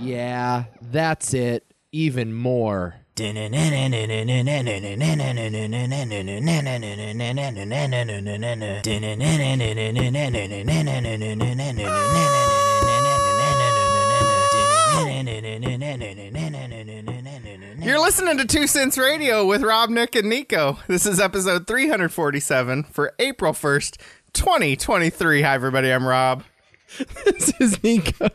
yeah, that's it. Even more. You're listening to Two Cents Radio with Rob, Nick, and Nico. This is episode 347 for April 1st, 2023. Hi, everybody. I'm Rob. This is Nico.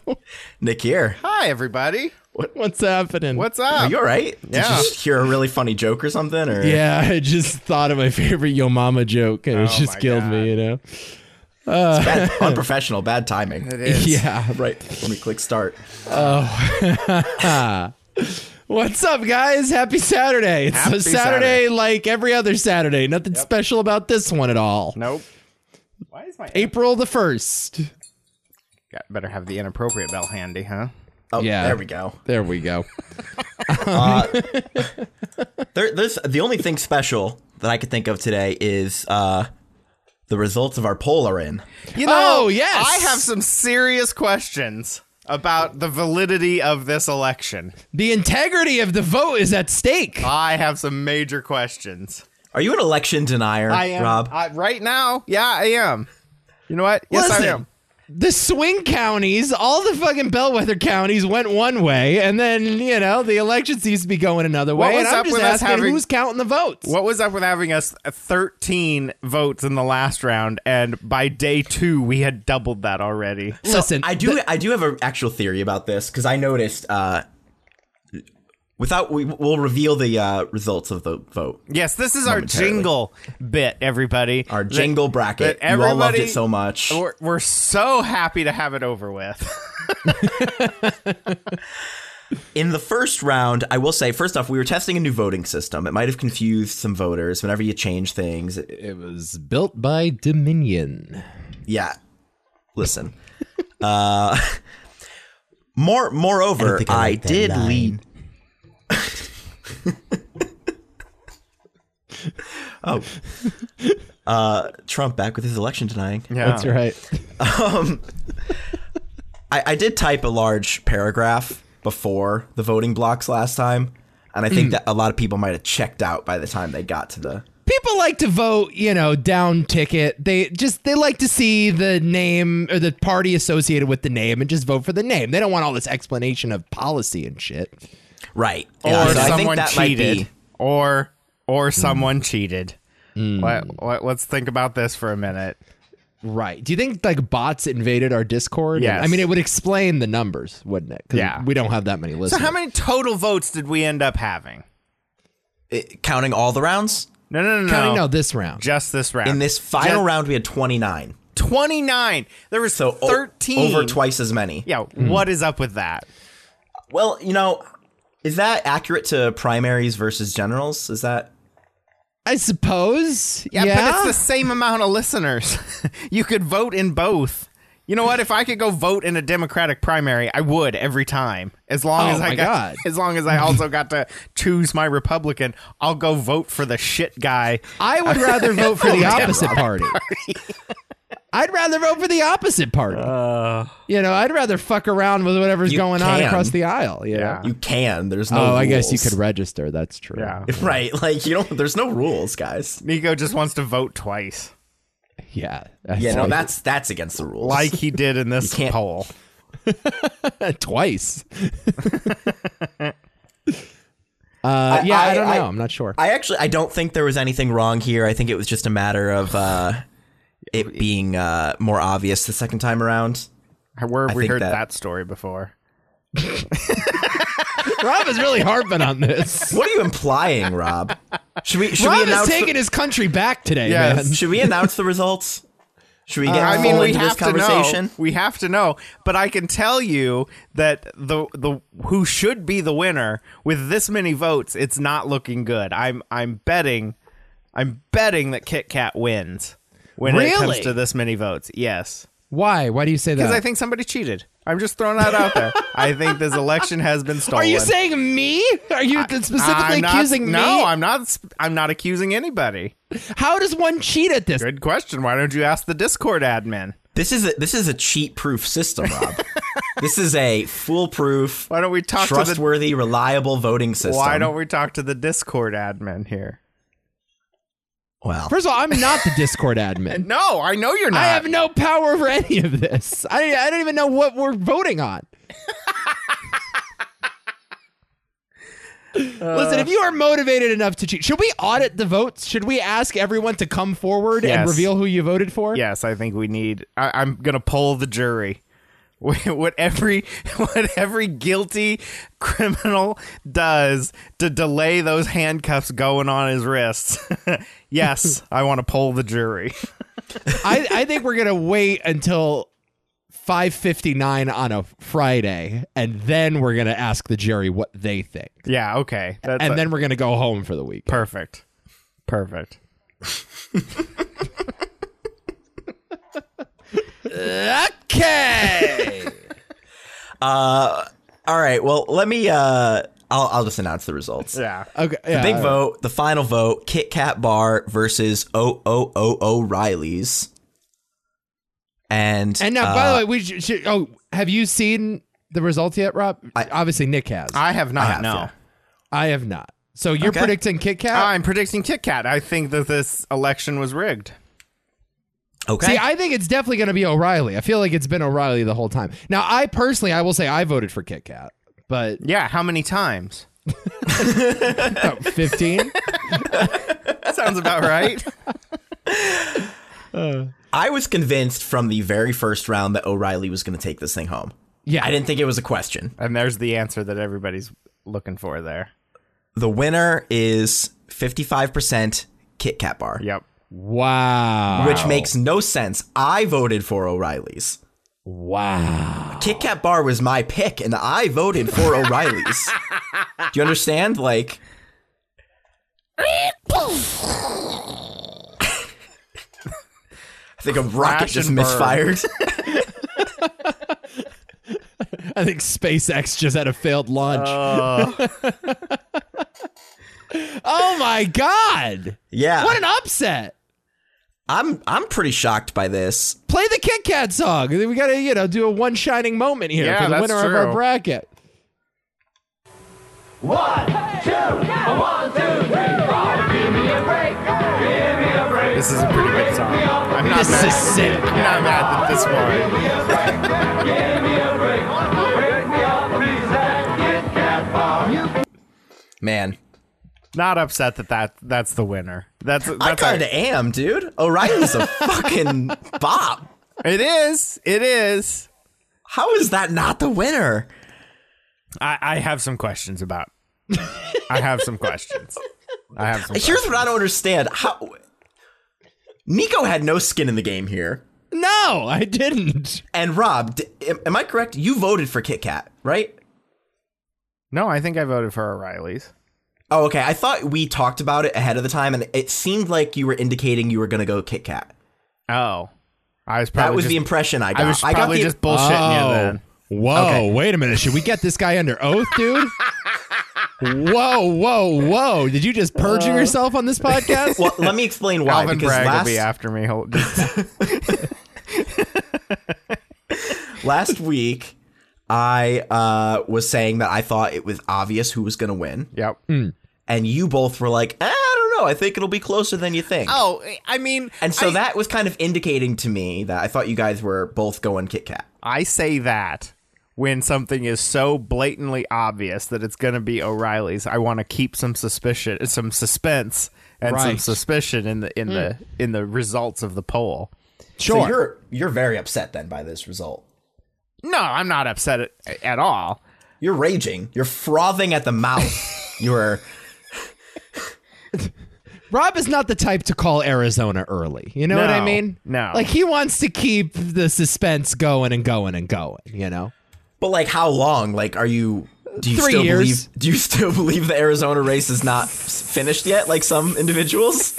Nick here. Hi, everybody. What's happening? What's Are up? you all right? Did Yeah. you just hear a really funny joke or something? Or Yeah, I just thought of my favorite Yo Mama joke and it Oh just my killed God. me, you know? It's bad, unprofessional, bad timing. It is. Yeah. Right when we click start. What's up, guys? Happy Saturday. It's Happy a Saturday, like every other Saturday. Nothing special about this one at all. Nope. Why is my. April the 1st. God, better have the inappropriate bell handy, huh? Oh, Yeah. there we go. There we go. There, there's the only thing special that I could think of today is uh, the results of our poll are in. You Oh, yes. I have some serious questions about the validity of this election. The integrity of the vote is at stake. I have some major questions. Are you an election denier, I am Rob? I, right now. Yeah, I am. You know what? Yes, Listen. I am. The swing counties, all the fucking bellwether counties went one way, and then, you know, the election seems to be going another way. was and I'm up just with us asking having- who's counting the votes. What was up with having us 13 votes in the last round, and by day two we had doubled that already? So, Listen, I do. I do have an actual theory about this because I noticed. Uh, without we will reveal the uh, results of the vote. Yes, this is our Momentarily. jingle bit, everybody. Our jingle bracket. that You all loved everybody- it so much. We're, we're so happy to have it over with. In the first round, I will say, first off, we were testing a new voting system. It might have confused some voters. Whenever you change things, it- It was built by Dominion. yeah. Listen, uh, more moreover, I, did lead. oh, uh, Trump back with his election denying. Yeah. That's right. I, I did type a large paragraph before the voting blocks last time, and I think that a lot of people might have checked out by the time they got to the. People like to vote, you know, down ticket. They just they like to see the name or the party associated with the name and just vote for the name. They don't want all this explanation of policy and shit. Right. or so I think someone that might cheated. be- Or or someone cheated. Let, let, us think about this for a minute. Right. Do you think like bots invaded our Discord? Yes. I mean, it would explain the numbers, wouldn't it? 'Cause Yeah. We don't have that many So, listeners. how many total votes did we end up having? it- counting all the rounds No, no, no, no. counting out this round? Just this round. in this final Just- round we had 29 29. There was so o- 13. over twice as many Yeah, Hmm. what is up with that? well you know is that accurate to primaries versus generals is that I suppose. Yeah, Yeah. but it's the same amount of listeners. you could vote in both. You know what? If I could go vote in a Democratic primary, I would every time. As Oh long as I my got, God. as long as I also got to choose my Republican, I'll go vote for the shit guy. I would rather vote for the opposite party. I'd rather vote for the opposite party. you know, I'd rather fuck around with whatever's You going on can. across the aisle. You know? you can there's no Oh, I guess you rules. could register. That's true. Yeah. right like you don't there's no rules guys Nico just wants to vote twice, Yeah. yeah no Twice. that's that's against the rules like he did in this can't- poll. twice. uh, yeah, I, I- don't know. I- I, am not sure. i actually i don't think there was anything wrong here i think it was just a matter of uh it being uh more obvious the second time around Where have we think heard that, that- story before? Rob is really harping on this. what are you implying rob should we should Rob we is announce the- taking his country back today, Yes. man. Should we announce the results? Should we get Uh, I full mean, we into have this to know. conversation? We have to know. But I can tell you that the the who should be the winner with this many votes, it's not looking good. I'm I'm betting, I'm betting that Kit Kat wins when it comes Really? to this many votes. Yes, Why? Why do you say that? because I think somebody cheated. I'm just throwing that out there. I think this election has been stolen. Are you saying me? Are you specifically I'm not- accusing me? No, I'm not. sp- I'm not accusing anybody. How does one cheat at this? Good question. Why don't you ask the Discord admin? This is a, this is a cheat proof system, Rob. This is a foolproof, Why don't we talk to the- trustworthy, reliable voting system. Why don't we talk to the Discord admin here? Well, First of all, I'm not the Discord admin. No, I know you're not. I have no power over any of this. I, I don't even know what we're voting on. Uh. Listen, if you are motivated enough to cheat, should we audit the votes? Should we ask everyone to come forward Yes. and reveal who you voted for? yes, I think we need. I, I'm gonna poll the jury. What every what every guilty criminal does to delay those handcuffs going on his wrists. yes, I want to poll the jury. I, I think we're gonna wait until 5:59 on a Friday, and then we're gonna ask the jury what they think, Yeah, okay, that's and a- then we're gonna go home for the week. perfect, perfect. Okay. all right. Well, let me. Uh, I'll I'll just announce the results. Yeah, okay. yeah, Big all right. vote, the final vote, Kit Kat Bar versus O O O O'Reilly's. And And now, by uh, the way, we should, should. Oh, have you seen the results yet, Rob? Obviously, Nick has. I, I have not. have, no, yeah. have not. So you're Okay. predicting Kit Kat? I'm predicting Kit Kat. I think that this election was rigged. okay, See, I think it's definitely going to be O'Reilly. I feel like it's been O'Reilly the whole time. Now, I personally, I will say I voted for Kit Kat, but oh, Yeah, how many times? 15. That sounds about right. I was convinced from the very first round that O'Reilly was going to take this thing home. Yeah, I didn't think it was a question. and there's the answer that everybody's looking for there. The winner is 55% Kit Kat Bar, Yep. Wow. which makes no sense. I voted for O'Reilly's. wow. Kit Kat Bar was my pick, and I voted for O'Reilly's. Do you understand? Like, I think a rocket Crash just and burn. misfired. I think SpaceX just had a failed launch. Uh. oh my god. yeah, What an upset. I'm I'm pretty shocked by this. Play the Kit Kat song. We got to, you know, do a one shining moment here Yeah, for the that's winner of our true. bracket. This is a pretty good song. I'm not This mad. is sick. I'm not mad that this one. Man, Not upset that, that that's the winner. That's I that's kind of am, dude. O'Reilly's a fucking bop. it is. It is. How is that not the winner? I, I have some questions about. I have some questions. I have some. Here's what I don't understand. How Nico had no skin in the game here. No, I didn't. And Rob, d- am- am I correct? You voted for Kit Kat, right? No, I think I voted for O'Reilly's. Oh, okay. I thought we talked about it ahead of the time, and it seemed like you were indicating you were going to go Kit Kat. Oh, I was probably That was just, the impression I got. I was got probably the- just bullshitting Oh. you then. Whoa, Okay. wait a minute. Should we get this guy under oath, dude? whoa, whoa, whoa. Did you just perjure yourself on this podcast? Well, let me explain why. Alvin because Bragg last, will be after me. Hold- last week, I uh, was saying that I thought it was obvious who was going to win, yep. Hmm. and you both were like, "Eh, "I don't know. I think it'll be closer than you think." Oh, I mean, And so that was kind of indicating to me that I thought you guys were both going Kit Kat. I say that when something is so blatantly obvious that it's going to be O'Reilly's. I want to keep some suspicion, some suspense, and some Right. suspicion in the in the in the results of the poll. sure. So you're you're very upset then by this result. No, I'm not upset at, at all. You're raging. You're frothing at the mouth. you're Rob is not the type to call Arizona early. You know what I No, mean? no. Like he wants to keep the suspense going and going and going, you know? but like how long? Like are you do you Three still years. believe do you still believe the Arizona race is not s- finished yet like some individuals?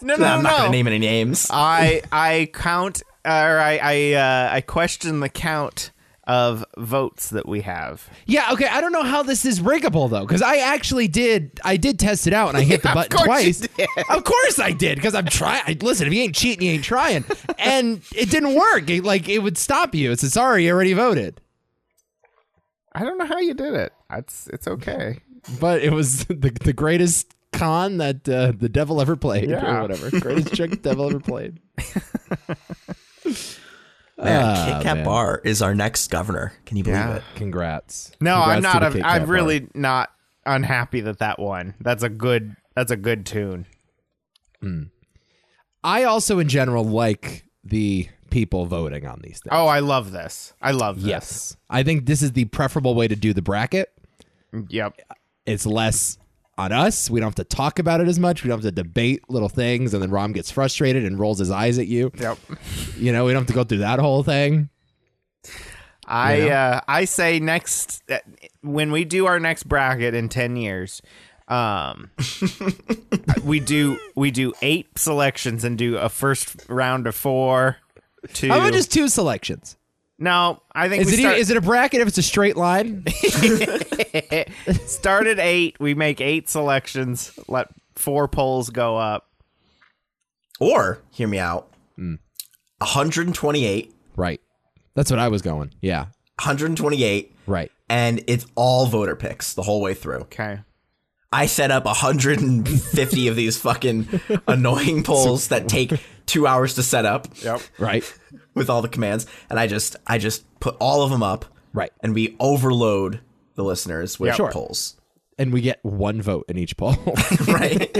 No, Nah, no, I'm not no. going to name any Ah, names. I I count or I I uh, I question the count of votes that we have. Yeah, okay. I don't know how this is riggable though, because I actually did. I did test it out, and I hit the button course twice. you did. Of course I did, because I'm trying. Listen, if you ain't cheating, you ain't trying. and it didn't work. It, like it would stop you. It said, "Sorry, you already voted." I don't know how you did it. It's it's okay. But it was the the greatest con that uh, the devil ever played, Yeah. or whatever. Greatest trick the devil ever played. Man, Ah, Kit Kat man. Bar is our next governor. Can you believe Yeah. it? Congrats. No, I'm Congrats to not. the A, Kit I'm Kat bar. really not unhappy that that won. That's a good. That's a good tune. I also, in general, like the people voting on these things. Oh, I love this. I love this. yes, I think this is the preferable way to do the bracket. Yep. it's less on us. We don't have to talk about it as much. We don't have to debate little things, and then Rom gets frustrated and rolls his eyes at you. Yep. You know, we don't have to go through that whole thing. I uh, I say next uh, when we do our next bracket in ten years, um, we do we do eight selections and do a first round of four. Two. How about just two selections? no. I think Is we it e- start, is it a bracket if it's a straight line? start at eight. We make eight selections. Let four polls go up. Or hear me out. Hmm. 128, right. That's what I was going. Yeah. 128, Right. and it's all voter picks the whole way through. Okay. I set up 150 of these fucking annoying polls that take two hours to set up Yep. Right. with all the commands, and I just I just put all of them up, Right. and we overload the listeners with Yeah. Sure. polls, And we get one vote in each poll. right?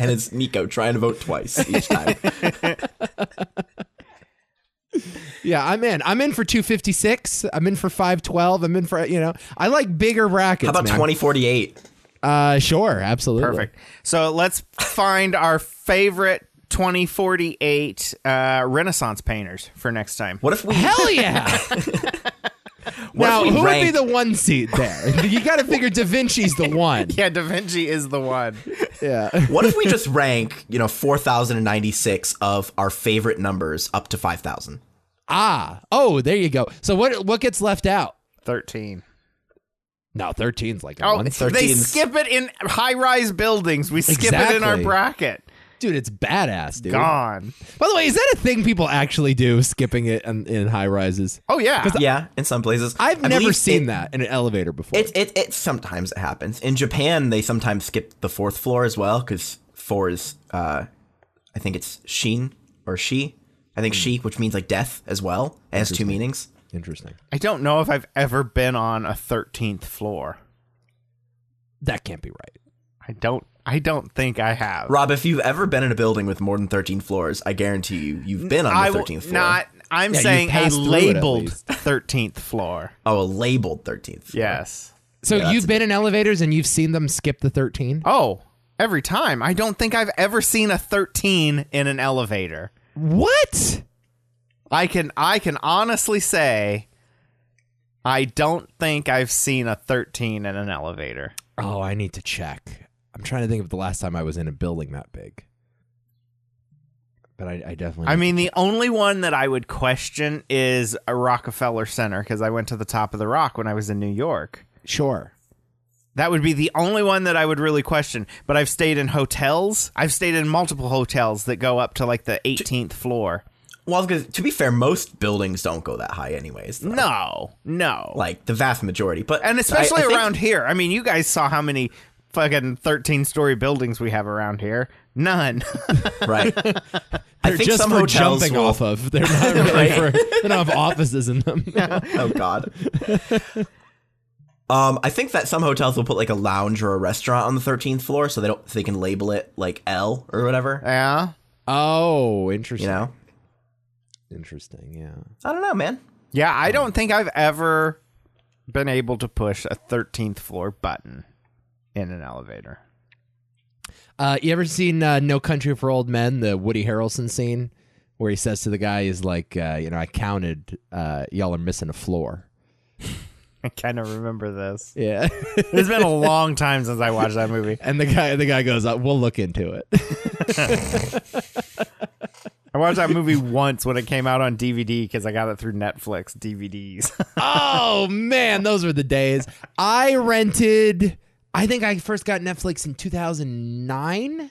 and it's Nico trying to vote twice each time. yeah, I'm in. I'm in for 256. I'm in for 512. I'm in for, you know, I like bigger brackets. How about man. 2048? Uh, sure. Absolutely. Perfect. So let's find our favorite 2048 uh, Renaissance painters for next time. What if we Hell yeah. what now, if we who would be ranked- the one seed there? You got to figure Da Vinci's the one. Yeah, Da Vinci is the one. Yeah. What if we just rank, you know, 4,096 of our favorite numbers up to 5,000? Ah. Oh, there you go. So what what gets left out? 13. No, 13's like a Oh, one. they 13's. skip it in high rise buildings. We skip it in our Exactly. bracket. Dude, it's badass, dude. Gone. By the way, is that a thing people actually do, skipping it in, in high rises? Oh, yeah. Yeah, in some places. I've I never believe seen it- that in an elevator before. It, it, it sometimes it happens. In Japan, they sometimes skip the fourth floor as well because four is, uh, I think it's shin or she. I Hmm. think she, which means like death as well. It has two meanings. Interesting. I don't know if I've ever been on a 13th floor. That can't be right. I don't. I don't think I have. Rob, if you've ever been in a building with more than 13 floors, I guarantee you, you've been on I the will 13th floor. not. I'm Yeah, you saying a passed through it at labeled least. 13th floor. Oh, a labeled 13th floor. Yes. So that's you've been in elevators and you've seen them skip the 13? Oh, every time. I don't think I've ever seen a 13 in an elevator. What? I can I can honestly say I don't think I've seen a 13 in an elevator. Oh, I need to check. I'm trying to think of the last time I was in a building that big. But I, I definitely. I mean, the only one that I would question is a Rockefeller Center because I went to the top of the rock when I was in New York. sure. That would be the only one that I would really question. But I've stayed in hotels. I've stayed in multiple hotels that go up to like the 18th floor. Well, 'cause to be fair, most buildings don't go that high, anyways. though. No, no. like the vast majority. But and especially I- I think- around here. I mean, you guys saw how many fucking 13 story buildings we have around here. None. right. I They're think just some for hotels jumping will- off of. They're not really for. They don't have offices in them. Oh God. Um, I think that some hotels will put like a lounge or a restaurant on the thirteenth floor, so they don't so they can label it like L or whatever. yeah. Oh, interesting. You know, Interesting. Yeah. I don't know, man. Yeah, I don't think I've ever been able to push a 13th floor button in an elevator. Uh, you ever seen uh, No Country for Old Men? The Woody Harrelson scene where he says to the guy, "Is like, uh, you know, I counted. Uh, y'all are missing a floor." I kind of remember this. Yeah. It's been a long time since I watched that movie. and the guy, the guy goes, uh, "We'll look into it." I watched that movie once when it came out on DVD because I got it through Netflix DVDs. Oh man, those were the days. I rented. I think I first got Netflix in 2009,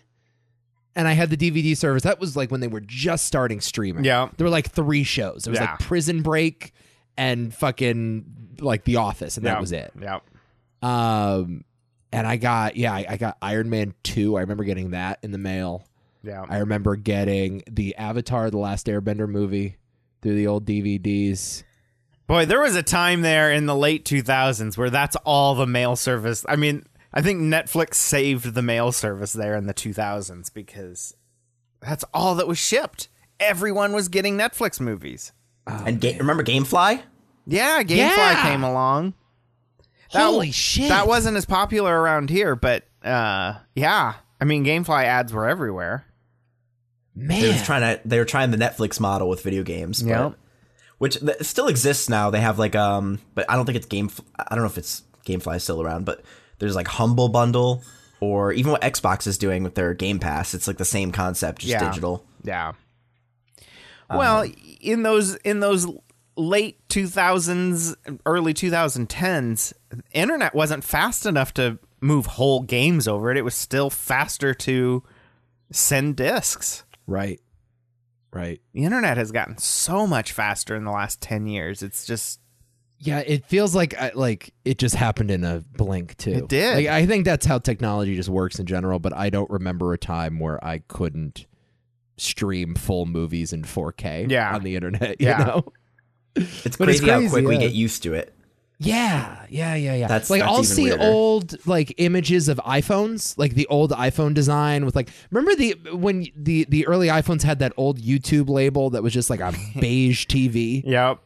and I had the DVD service. That was like when they were just starting streaming. Yeah. there were like three shows. It was Yeah. like Prison Break and fucking like The Office, and that was it. Yep. Um, and I got yeah, I, I got Iron Man two. I remember getting that in the mail. Yeah. I remember getting the Avatar: The Last Airbender movie through the old DVDs. Boy, there was a time there in the late 2000s where that's all the mail service. I mean, I think Netflix saved the mail service there in the 2000s because that's all that was shipped. Everyone was getting Netflix movies. Oh, and ga- remember GameFly? Yeah, Gamefly Yeah. came along. Holy shit! That wasn't as popular around here, but uh, yeah. I mean, GameFly ads were everywhere. man. They were trying to they were trying the Netflix model with video games. but- Yep. which th- still exists now. They have like um, but I don't think it's game. I don't know if it's GameFly is still around, but there's like Humble Bundle or even what Xbox is doing with their Game Pass. It's like the same concept, just Yeah. digital. Yeah. Um, Well, in those in those late 2000s, early 2010s, internet wasn't fast enough to move whole games over it. It was still faster to send discs. Right. Right. The internet has gotten so much faster in the last 10 years. It's just Yeah, it feels like I- like it just happened in a blink too. It did. Like, I think that's how technology just works in general. But I don't remember a time where I couldn't stream full movies in 4K. Yeah. on the internet. You Yeah. know. It's But it's crazy, how crazy, uh, quick we yeah. get used to it. Yeah, yeah, yeah, yeah. That's- like that's I'll even see weirder. old like images of iPhones, like the old iPhone design with like remember the when the the early iPhones had that old YouTube label that was just like a beige TV. Yep.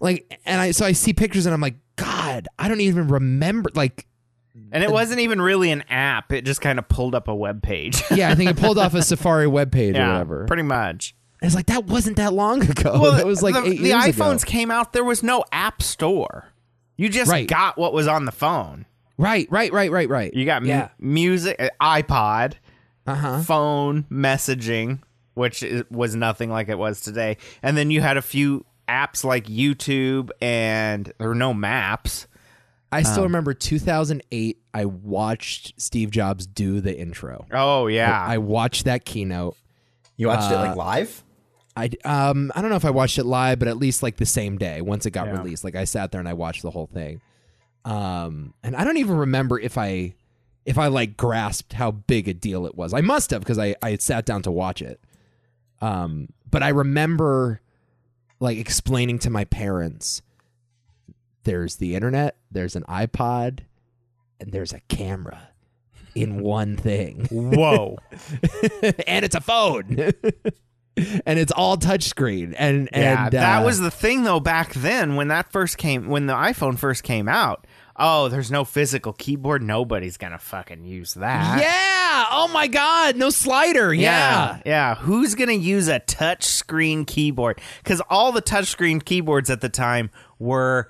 Like and I so I see pictures and I'm like god, I don't even remember like And it wasn't even really an app. It just kind of pulled up a web page. yeah, I think it pulled off a Safari webpage or whatever. Pretty much. it's like that wasn't that long ago. Oh, that was like the, eight the years iPhones ago. came out, there was no app store. You just Right. got what was on the phone. Right, right, right, right, right. You got mu- yeah. music, uh, iPod, Uh huh. phone, messaging, which i- was nothing like it was today. And then you had a few apps like YouTube, and there were no maps. I still remember 2008. I watched Steve Jobs do the intro. Oh yeah, I watched that keynote. You watched it like live. I um I don't know if I watched it live, but at least like the same day once it got released. Like I sat there and I watched the whole thing. Um, and I don't even remember if I if I like grasped how big a deal it was. I must have because I I had sat down to watch it. Um, but I remember like explaining to my parents, there's the internet, there's an iPod, and there's a camera in one thing. whoa, and it's a phone and it's all touchscreen and yeah. and that uh, was the thing though back then when that first came, when the iPhone first came out. Oh, there's no physical keyboard. Nobody's gonna fucking use that. yeah oh my god no slider yeah Yeah. Yeah. Who's going to use a touch screen keyboard? Because all the touch screen keyboards at the time were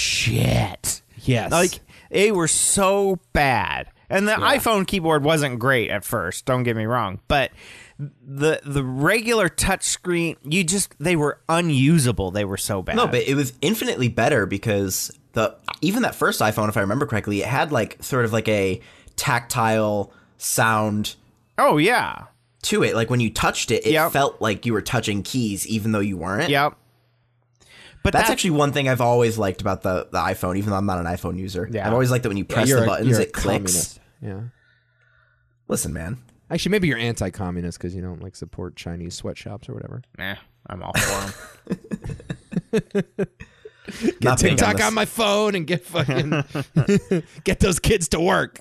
shit. yes Like, they were so bad. And the iPhone keyboard wasn't great at first, don't get me wrong, but the the regular touch screen, you just they were unusable. They were so bad. No, but it was infinitely better because the even that first iPhone, if I remember correctly, it had like sort of like a tactile sound oh yeah. to it. Like when you touched it, it Yep. felt like you were touching keys, even though you weren't. Yep. But That's that- actually one thing I've always liked about the, the iPhone, even though I'm not an iPhone user. Yeah. I've always liked that when you press you're the a- buttons, you're a it clicks. communist. yeah Listen, man, actually maybe you're anti-communist because you don't like support chinese sweatshops or whatever Nah, I'm all for 'em. not big tiktok this. on my phone and get fucking get those kids to work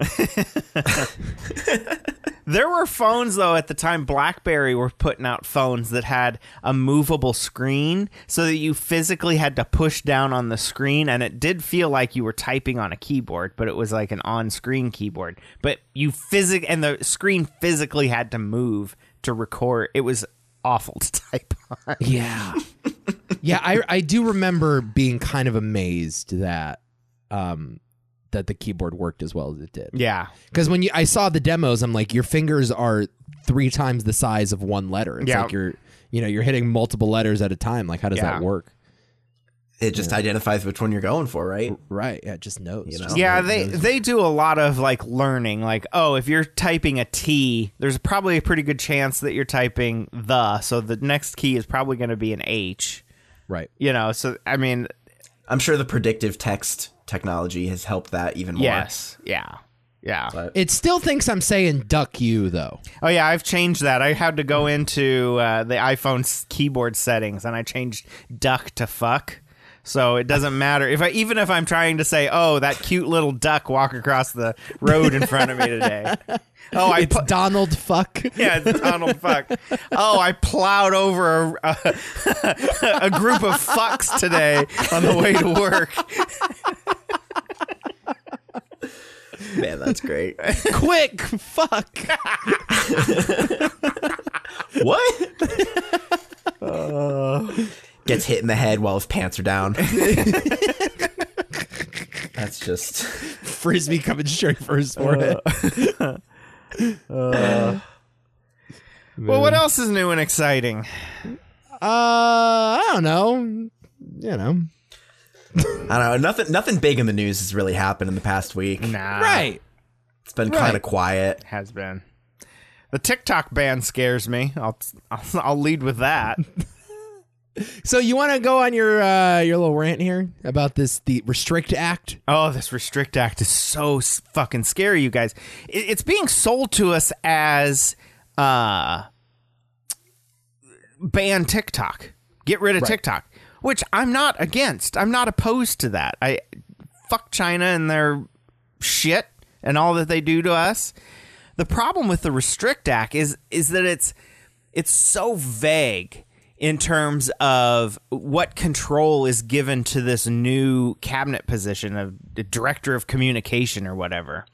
There were phones though at the time BlackBerry were putting out phones that had a movable screen so that you physically had to push down on the screen and it did feel like you were typing on a keyboard but it was like an on-screen keyboard but you physic and the screen physically had to move to record it was awful to type on. Yeah. yeah, I I do remember being kind of amazed that um that the keyboard worked as well as it did. Yeah. Cuz when you I saw the demos I'm like your fingers are 3 times the size of one letter. It's Yeah. like you're you know you're hitting multiple letters at a time. Like how does Yeah. that work? It just identifies which one you're going for, right? Right. Yeah. Just notes. You just know? Yeah, notes, they notes. they do a lot of like learning. Like, oh, if you're typing a T, there's probably a pretty good chance that you're typing the. So the next key is probably going to be an H. Right. You know, so I mean, I'm sure the predictive text technology has helped that even more. yes, yeah, yeah. It still thinks I'm saying duck you though. Oh yeah, I've changed that. I had to go into uh, the iPhone's keyboard settings and I changed duck to fuck. So it doesn't matter if I even if I'm trying to say, "Oh, that cute little duck walk across the road in front of me today." Oh, I It's put. Donald fuck. Yeah, it's Donald Fuck. Oh, I plowed over a, a, a group of fucks today on the way to work. Man, that's great. Quick fuck. what? Uh. Gets hit in the head while his pants are down. that's just. Frisbee coming straight for his forehead. Uh. Well, what else is new and exciting? Uh, I don't know. You know. I don't know. Nothing. Nothing big in the news has really happened in the past week. Nah, Right. It's been Right. kind of quiet. has been. The TikTok ban scares me. I'll I'll, I'll lead with that. So you want to go on your uh, your little rant here about this the Restrict Act? Oh, this Restrict Act is so s- fucking scary, you guys. It, it's being sold to us as uh, ban TikTok, get rid of TikTok, which I'm not against. I'm not opposed to that. I fuck China and their shit and all that they do to us. The problem with the Restrict Act is is that it's it's so vague in terms of what control is given to this new cabinet position of the director of communication or whatever.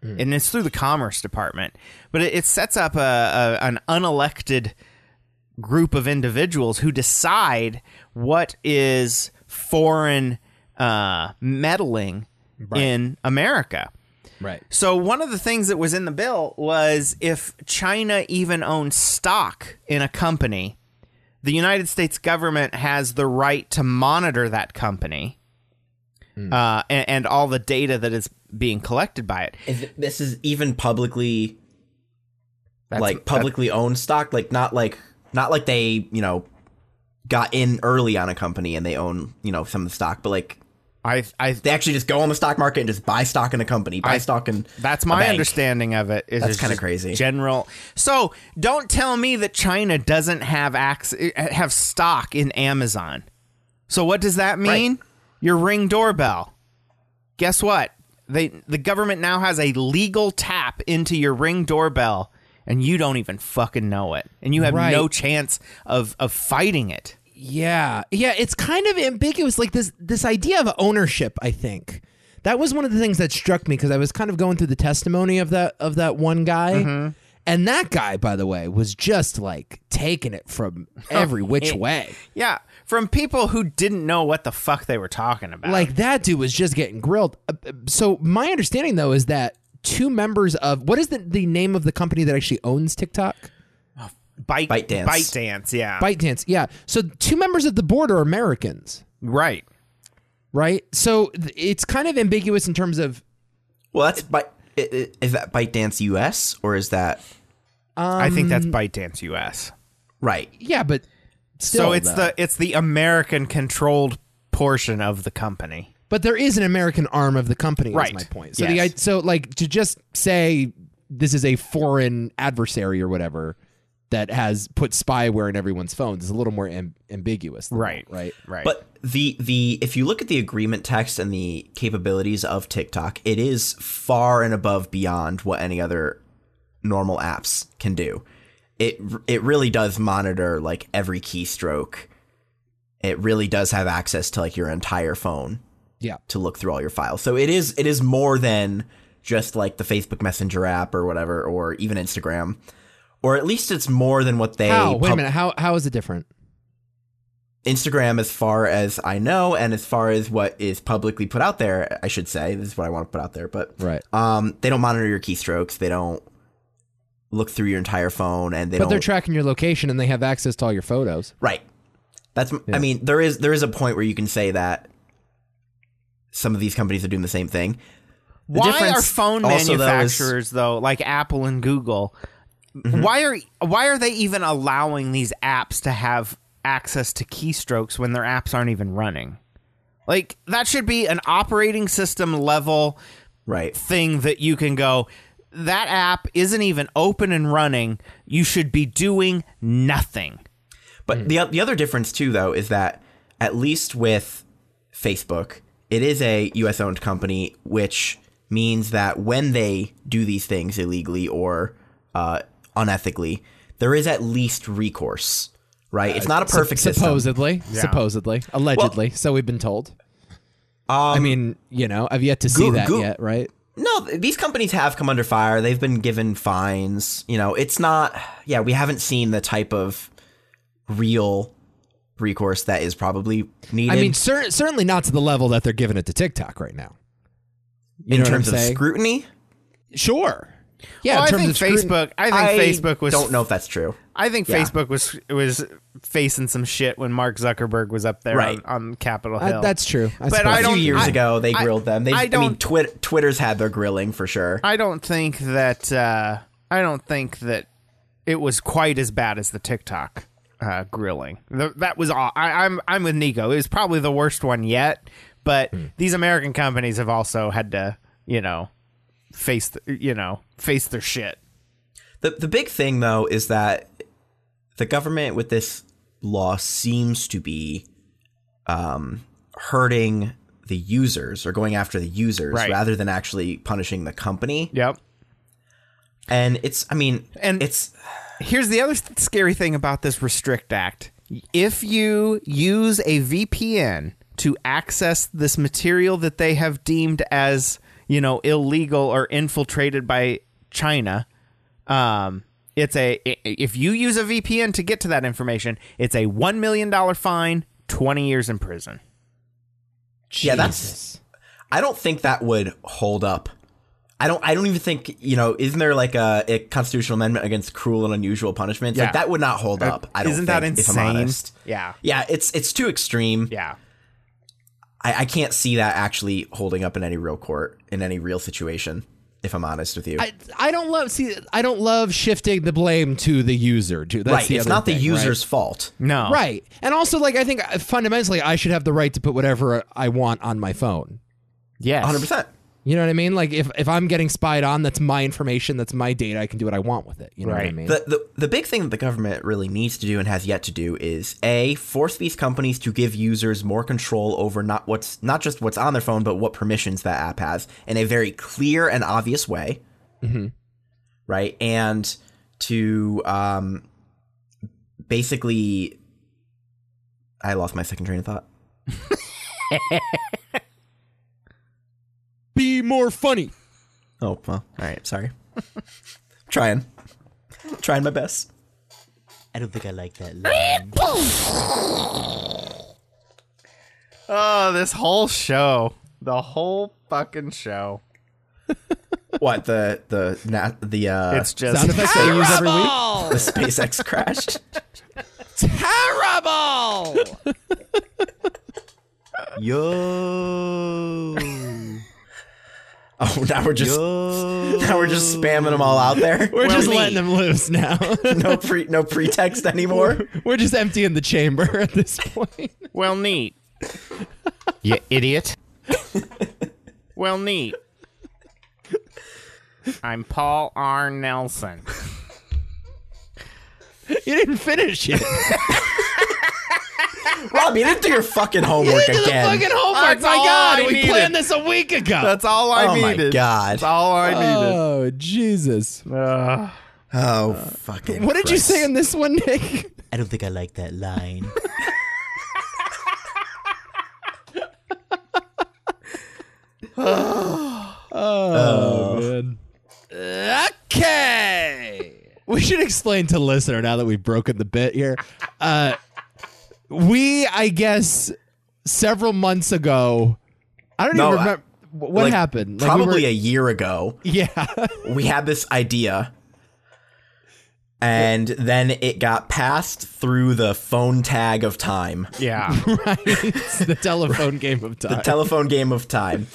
And it's through the Commerce Department, but it, it sets up a, a an unelected group of individuals who decide what is foreign uh, meddling in America. Right. So one of the things that was in the bill was if China even owns stock in a company, the United States government has the right to monitor that company uh, and, and all the data that is being collected by it. Is it- this is even publicly That's- like publicly owned stock like not like not like they you know got in early on a company and they own you know some of the stock but like I, I they actually just go on the stock market and just buy stock in a company buy I- stock in That's a my bank. understanding of it. Is That's it's kinda just crazy. General. So don't tell me that China doesn't have access, have stock in Amazon. So what does that mean? Your ring doorbell. Guess what? They the government now has a legal tap into your ring doorbell, and you don't even fucking know it, and you have Right. no chance of of fighting it. Yeah. Yeah, it's kind of ambiguous like this this idea of ownership, I think. That was one of the things that struck me because I was kind of going through the testimony of that of that one guy. And that guy, by the way, was just like taking it from every which way. Yeah, from people who didn't know what the fuck they were talking about. Like that dude was just getting grilled. Uh, uh, So my understanding though is that two members of what is the, the name of the company that actually owns TikTok? bite ByteDance. bite dance. Yeah, ByteDance. Yeah. So two members of the board are Americans, right. right? So th- it's kind of ambiguous in terms of well that's by i- i- is that ByteDance US or is that I think that's ByteDance US. right yeah, but still, So it's though. the it's the American controlled portion of the company. but there is an American arm of the company. Right. Right. Is my point. So Yes. the I so like to just say this is a foreign adversary or whatever that has put spyware in everyone's phones is a little more am- ambiguous. than that, Right. right. Right. but the the if you look at the agreement text and the capabilities of TikTok it is far and above beyond what any other normal apps can do it it really does monitor like every keystroke it really does have access to like your entire phone Yeah. to look through all your files. So it is it is more than just like the Facebook Messenger app or whatever, or even Instagram, or at least it's more than what they. How? Wait a pub- minute. How how is it different? Instagram, as far as I know, and as far as what is publicly put out there, I should say this is what I want to put out there, but Right. um, they don't monitor your keystrokes. They don't. look through your entire phone and they But don't they're tracking your location and they have access to all your photos. Right. That's I mean there is there is a point where you can say that some of these companies are doing the same thing. The why difference are phone also, though, is- manufacturers though, like Apple and Google, Mm-hmm. why are why are they even allowing these apps to have access to keystrokes when their apps aren't even running? Like that should be an operating system level right. thing that you can go that app isn't even open and running. You should be doing nothing. But Hmm. the the other difference too, though, is that at least with Facebook, it is a U.S. owned company, which means that when they do these things illegally or uh, unethically, there is at least recourse. Right? Uh, It's not a perfect system. Supposedly, supposedly, allegedly. so we've been told. I mean, you know, I've yet to see Goo- that Goo- yet, right? Um, No, th- these companies have come under fire. They've been given fines. You know, it's not. Yeah, we haven't seen the type of real recourse that is probably needed. I mean, cer- certainly not to the level that they're giving it to TikTok right now. You in know what I'm terms of saying? scrutiny, sure. Yeah, Well, in I terms think of scrutiny- Facebook. I think Facebook was don't know if that's true. I think Yeah. Facebook was was facing some shit when Mark Zuckerberg was up there Right. on, on Capitol Uh, Hill. that's true. I But suppose. I A few don't- years I- ago, they I- grilled them. They, I I, mean, don't- Twit- Twitter's had their grilling for sure. I don't think that uh, I don't think that it was quite as bad as the TikTok uh, grilling. Th that was all. I, I'm I'm with Nico. It was probably the worst one yet. But Hmm. these American companies have also had to you know face the, you know face their shit. The the big thing though is that the government with this law seems to be um, hurting the users or going after the users Right. rather than actually punishing the company. Yep. And it's I mean And- it's Here's the other th- scary thing about this Restrict Act. If you use a VPN to access this material that they have deemed as, you know, illegal or infiltrated by China, um, it's a i- if you use a VPN to get to that information, it's a 1 million dollar fine, 20 years in prison. Yeah, that's- I don't think that would hold up. I don't I don't even think, you know, isn't there like a, a constitutional amendment against cruel and unusual punishments? Yeah. Like that would not hold up. I don't Isn't that think, if I'm insane? honest. Yeah. Yeah, it's it's too extreme. Yeah. I, I can't see that actually holding up in any real court in any real situation. If I'm honest with you, I, I don't love see I don't love shifting the blame to the user. Too. That's right? the It's other not the thing, user's fault. No. right? right. And also, like I think uh, fundamentally, I should have the right to put whatever I want on my phone. Yes. 100. percent You know what I mean? Like if, if I'm getting spied on, that's my information, that's my data. I can do what I want with it. You know what I Right. mean? The, the the big thing that the government really needs to do and has yet to do is a force these companies to give users more control over not what's not just what's on their phone, but what permissions that app has in a very clear and obvious way. Mm-hmm. right? And to um, basically, I lost my second train of thought. Be more funny. Oh well, all right, sorry. trying, trying my best. I don't think I like that line. Oh, this whole show. The whole fucking show. What the the na- the uh, It's just Sound effects that I use every week. the SpaceX crashed? Terrible. Yo. Oh, now we're just now we're just spamming them all out there. We're just me. letting them loose now. no pre no pretext anymore. We're just emptying the chamber at this point. Well, neat. you idiot. well, neat. I'm Paul R. Nelson. You didn't finish it. Rob, you didn't do your fucking homework Into the again. fucking homework. That's my all God, I we needed. planned this a week ago. That's all I Oh my needed. God. That's all I needed. oh Jesus! Ugh. oh Uh, fucking. What did you Christ. say in this one, Nick? I don't think I like that line. Oh, man. Okay. We should explain to listener now that we've broken the bit here. Uh, we, I guess, several months ago. I don't No, even I- remember what Like, happened. Like, we Probably were- a year ago, yeah. we had this idea and then it got passed through the phone tag of time. Yeah. right? It's the telephone game of time. telephone game of time,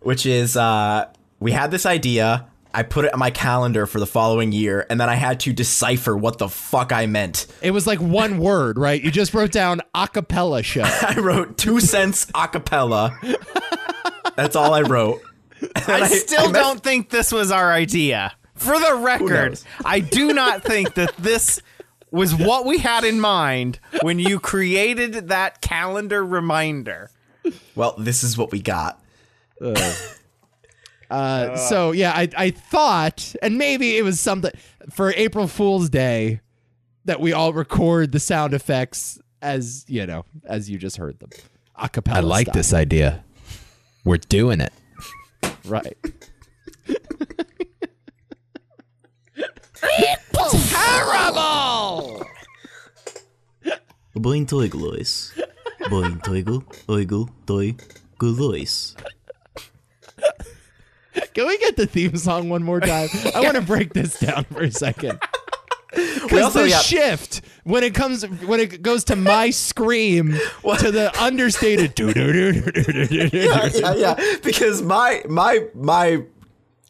which is uh, we had this idea. I put it on my calendar for the following year, and then I had to decipher what the fuck I meant. it was like one word, right? You just wrote down acapella show. I wrote two cents a cappella. That's all I wrote. I still messed- don't think this was our idea. For the record, knows? I do not think that this was what we had in mind when you created that calendar reminder. Well, this is what we got. Uh, so yeah, I I thought, and maybe it was something for April Fool's Day that we all record the sound effects as you know as you just heard them, acapella. I like this idea. We're doing it right. Terrible. Bointoiglois. Bointoigo, oigo, doi, gulois. Can we get the theme song one more time? I want to break this down for a second. We Because also the got shift when it comes when it goes to my scream to the understated doo doo doo doo doo doo doo. yeah, yeah, because my my my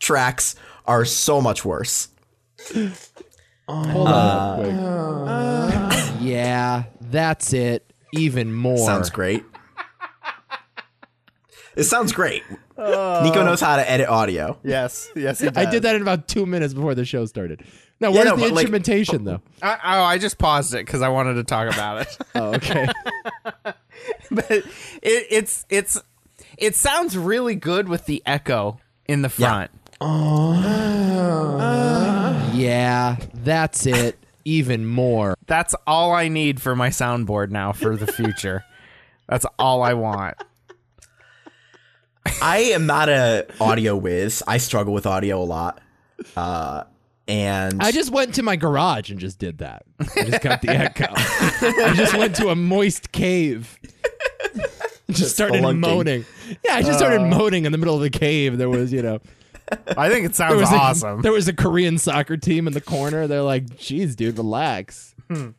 tracks are so much worse. Hold on. real quick. yeah, that's it. Even more. Sounds great. it sounds great. Oh. Nico knows how to edit audio. Yes, yes, he I did that in about two minutes before the show started. Now, uh, Yeah, where's the no, but, like- instrumentation though? I, oh, I just paused it because I wanted to talk about it. Oh, okay. but it, it's it's it sounds really good with the echo in the front. yeah, that's it. Even more. That's all I need for my soundboard now for the future. That's all I want. I am not a audio whiz. I struggle with audio a lot. Uh, and I just went to my garage and just did that. I just got the echo. I just went to a moist cave. Just started spelunking. moaning. Yeah, I just Uh. started moaning in the middle of the cave. There was, you know, I think it there sounds was awesome. A, there was a Korean soccer team in the corner. They're like, "Geez, dude, relax." Hmm.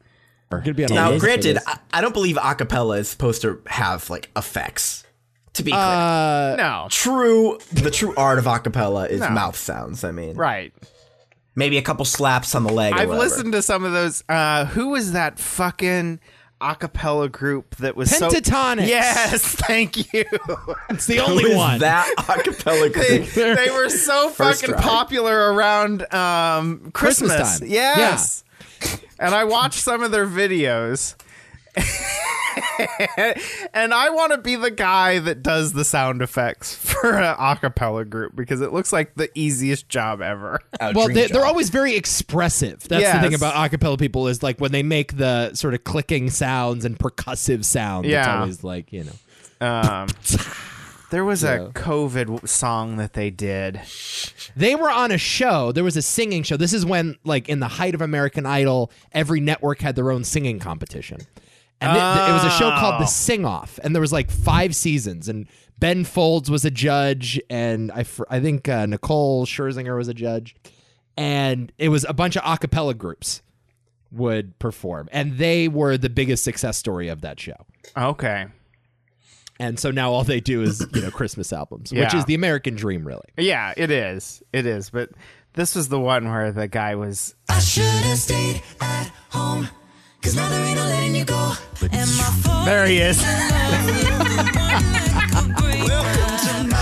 We're gonna be on a now, list for granted, this. I, I don't believe acapella is supposed to have like effects. To be clear, Uh, no, true, the true art of acapella is No. mouth sounds. I mean, right. maybe a couple slaps on the leg. or I've whatever. listened to some of those. Uh, who was that fucking acapella group that was so? Pentatonix. Yes, thank you. it's the Who only is one. that acapella they, group. they were so First fucking try. popular around um, Christmas. Christmas time. Yes. And I watched some of their videos. and I want to be the guy that does the sound effects for an acapella group because it looks like the easiest job ever. Oh, well, dream they, they're job. always very expressive. That's the thing Yes. about acapella people is like when they make the sort of clicking sounds and percussive sounds. It's Yeah. always like you know. Um, there was a COVID w- song that they did. They were on a show. There was a singing show. This is when, like, in the height of American Idol, every network had their own singing competition. And it- it was a show called The Oh. Sing Off. And there was like five seasons. And Ben Folds was a judge. And I, fr- I think uh, Nicole Scherzinger was a judge. And it was a bunch of a cappella groups would perform. And they were the biggest success story of that show. Okay. And so now all they do is, you know, Christmas albums, which Yeah. is the American dream, really. Yeah, it is. It is. But this was the one where the guy was I should have stayed at home. Cause now there ain't no letting you go. And my phone. There he is.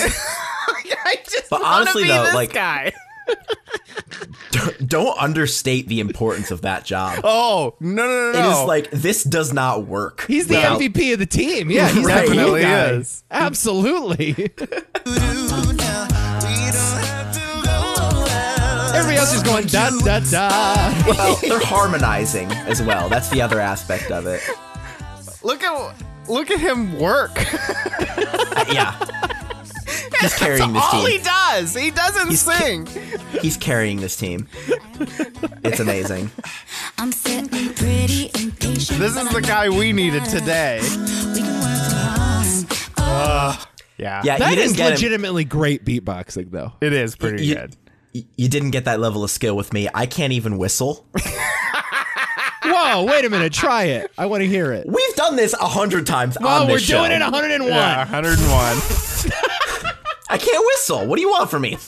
I just But wanna honestly, be though, this like- guy. don't understate the importance of that job. Oh no no no! It no. is like this does not work. He's the without- MVP of the team. Yeah, he's Right. the cool Definitely guy. is. Absolutely. Everybody else is going da da da. Well, they're harmonizing as well. That's the other aspect of it. look at look at him work. Uh, yeah. He's carrying this All he team. does, he doesn't He's sing. He's carrying this team. It's amazing. I'm sitting pretty impatient. This is the guy we needed today. We can work from home. Yeah. Yeah, you That didn't is get him- legitimately great beatboxing, though. It is pretty you- good. y- You didn't get that level of skill with me. I can't even whistle. Whoa, wait a minute. Try it. I want to hear it. We've done this a hundred times Oh, on we're this show. doing it 101. Yeah, 101. I can't whistle. What do you want from me?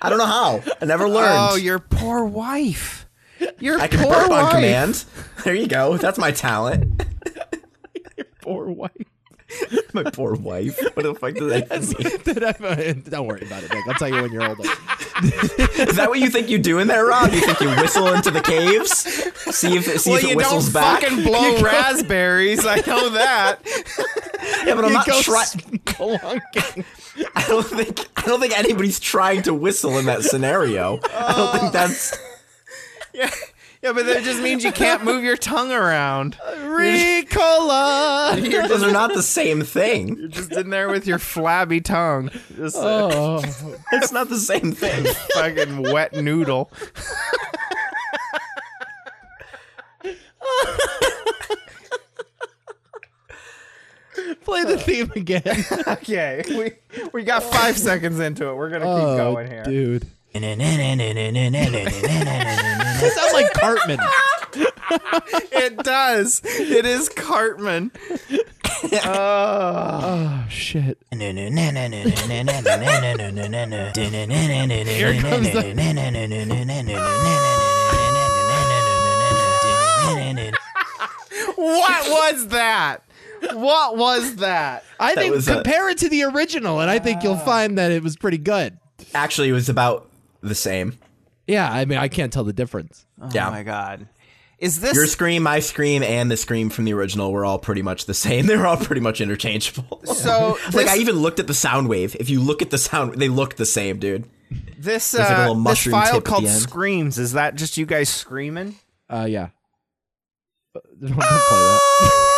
I don't know how. I never learned. oh, your poor wife. Your I can poor burp on wife. command. There you go. That's my talent. Poor wife. my poor wife. What the fuck does that mean? Don't worry about it, Nick. I'll tell you when you're older. Is that what you think you do in there, Rob? You think you whistle into the caves? See if see Well, if it you don't whistles back. fucking blow raspberries. I know that. yeah, but I'm You not go try- spelunking. I don't think I don't think anybody's trying to whistle in that scenario. I don't Oh. think that's Yeah. Yeah, but that just means you can't move your tongue around. Ricola. those are not the same thing. You're just in there with your flabby tongue. Just a Oh. It's not the same thing. fucking wet noodle. Play the theme again. Okay. We we got five seconds into it. We're gonna Oh, keep going here. dude. That's That sounds like Cartman. It does. It is Cartman. Oh, shit. Here comes the. What was that? What was that? I think was a- Ah. compare it to the original, and I think you'll find that it was pretty good. Actually, it was about the same. Yeah, I mean, I can't tell the difference. yeah. Oh my god. Is this Your scream, my scream, and the scream from the original were all pretty much the same. They were all pretty much interchangeable. so like this- I even looked at the sound wave. If you look at the sound, they looked the same, dude. This like a uh, little this mushroom tip file at called the end. screams. Is that just you guys screaming? Uh, yeah. Uh, Don't, don't play that.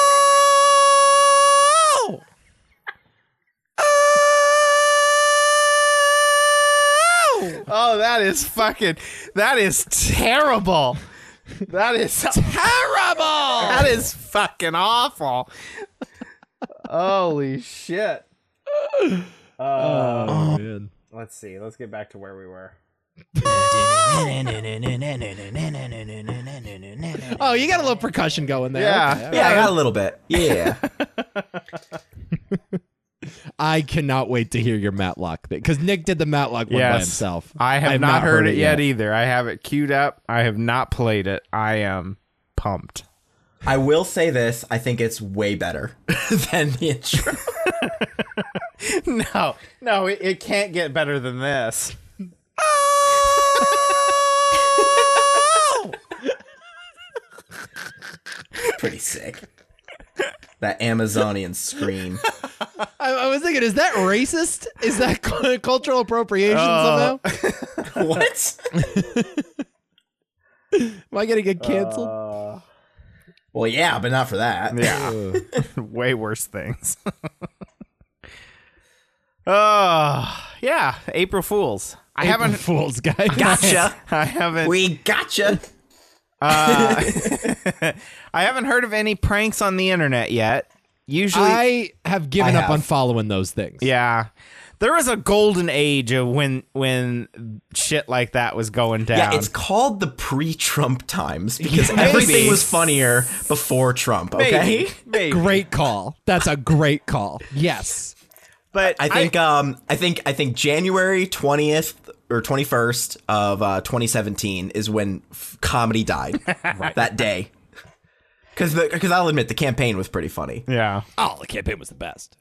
Oh, that is fucking. That is terrible. That is terrible. That is fucking awful. Holy shit. Uh, Oh, man. let's see. Let's get back to where we were. Oh, you got a little percussion going there. Yeah. Okay, all Yeah, I right. got a little bit. Yeah. I cannot wait to hear your Matlock thing because Nick did the Matlock one by Yes. himself. I have I've not, heard, it yet, either. I have it queued up. I have not played it. I am pumped. I will say this. I think it's way better than the intro. No, no, it, it can't get better than this. Pretty sick. That Amazonian scream. I, I was thinking, is that racist? Is that cu- cultural appropriation somehow? what? Am I gonna get canceled? Well, yeah, but not for that. Yeah. Way worse things. Oh, yeah, April Fools. I haven't fools, guys. Gotcha. I haven't We gotcha. I haven't heard of any pranks on the internet yet. Usually I have given I up on have. following those things. yeah. There was a golden age of when when shit like that was going down. Yeah, it's called the pre-Trump times because everything was funnier before Trump. Okay. maybe, maybe. Great call. That's a great call. Yes. But I think um I think I think January 20th or 21st of uh 2017 is when f- comedy died that day. Cuz cuz I'll admit the campaign was pretty funny. yeah. Oh, the campaign was the best.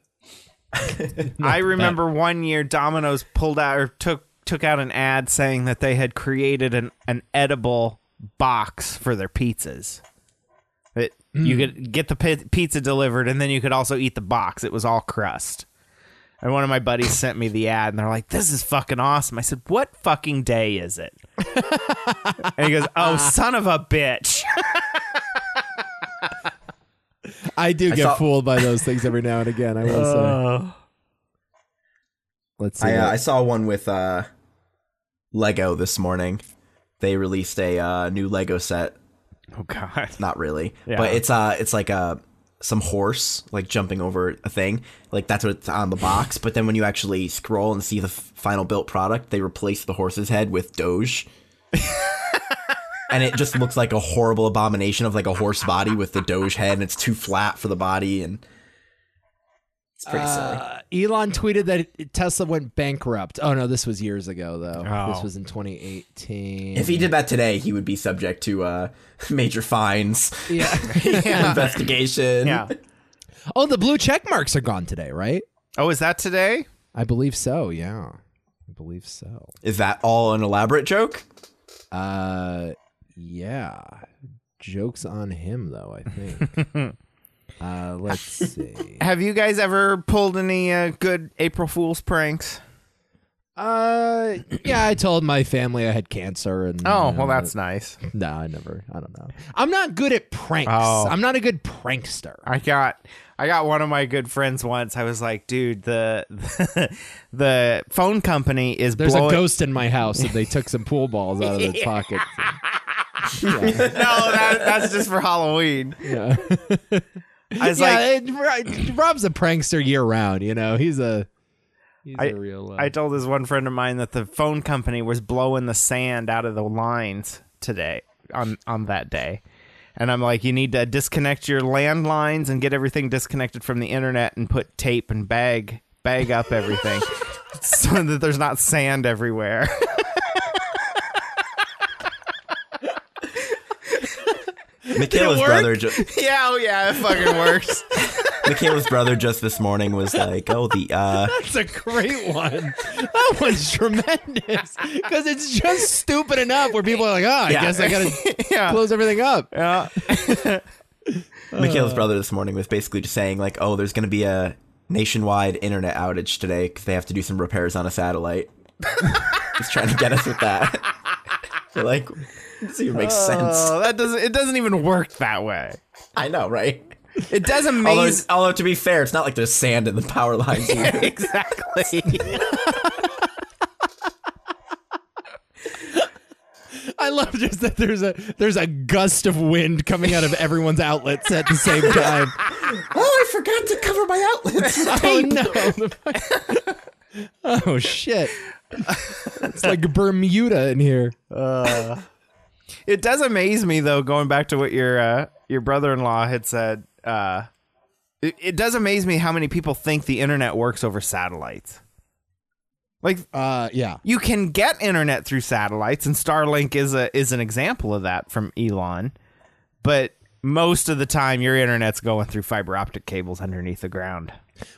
I remember one year Domino's pulled out or took took out an ad saying that they had created an, an edible box for their pizzas. That you could get the pi- pizza delivered and then you could also eat the box. It was all crust. And one of my buddies sent me the ad and they're like, "This is fucking awesome." I said, "What fucking day is it?" and he goes, "Oh, son of a bitch." I do get saw- fooled by those things every now and again. I will say. Let's see. I uh, what- I saw one with uh Lego this morning. They released a uh, new Lego set Oh god. not really Yeah. but it's uh it's like a some horse like jumping over a thing. Like that's what's on the box. But then when you actually scroll and see the f- final built product, they replace the horse's head with Doge. and it just looks like a horrible abomination of like a horse body with the Doge head, and it's too flat for the body, and it's pretty silly. Uh, Elon tweeted that Tesla went bankrupt. Oh no, this was years ago though. Oh. This was in 2018. If he did that today, he would be subject to uh, major fines, yeah. investigation. Yeah. oh, the blue check marks are gone today, right? Oh, is that today? I believe so. Yeah, I believe so. Is that all an elaborate joke? Uh, yeah. Jokes on him though. I think. uh, let's see. Have you guys ever pulled any uh, good April Fool's pranks? Uh, yeah. I told my family I had cancer, and Oh, you know, well, that's nice. no. I never. I don't know. I'm not good at pranks. Oh. I'm not a good prankster. I got I got one of my good friends once. I was like, dude, the the, phone company is There's blowing. a ghost in my house, and they took some pool balls out of its pocket. no, that, that's just for Halloween. Yeah, I was yeah like, it- Rob's a prankster year round. You know, he's a he's I- a real. Uh, I told this one friend of mine that the phone company was blowing the sand out of the lines today on on that day. And I'm like, you need to disconnect your landlines and get everything disconnected from the internet and put tape and bag bag up everything so that there's not sand everywhere. Michaela's brother, ju- yeah, oh yeah, it fucking works. Michaela's brother, just this morning was like, "Oh, the uh, That's a great one. That one's tremendous because it's just stupid enough where people are like, "Oh, I Yeah. guess I gotta Yeah. close everything up." yeah. Michaela's brother this morning was basically just saying like, "Oh, there's going to be a nationwide internet outage today because they have to do some repairs on a satellite." He's trying to get us with that. We're like, this even makes sense. Oh, that doesn't it doesn't even work that way. I know, right? It does Although, amaze although to be fair, it's not like there's sand in the power lines. either. exactly. I love just that there's a there's a gust of wind coming out of everyone's outlets at the same time. oh, I forgot to cover my outlets. oh no! oh shit! It's like Bermuda in here. It does amaze me though, going back to what your uh, your brother in law had said. Uh, it, it does amaze me how many people think the internet works over satellites. Like Uh, yeah. you can get internet through satellites, and Starlink is a is an example of that from Elon. But most of the time, your internet's going through fiber optic cables underneath the ground.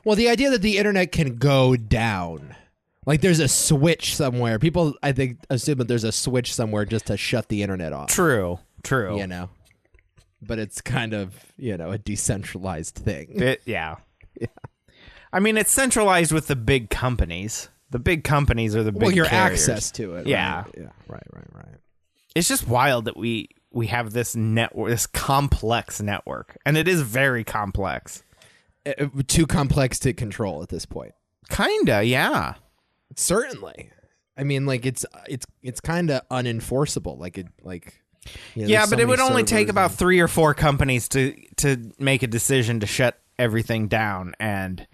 Well, the idea that the internet can go down, like there's a switch somewhere. People, I think, assume that there's a switch somewhere just to shut the internet off. True. True. you know but it's kind of you know a decentralized thing It, yeah. I mean, it's centralized with the big companies. The big companies are the big well your carriers. access to it Yeah. right? yeah right right right it's just wild that we we have this network this complex network and it is very complex It- it- Eh, too complex to control at this point kinda yeah certainly i mean like it's it's it's kind of unenforceable like it like you know, yeah there's but so it would many only take servers about and- three or four companies to to make a decision to shut everything down and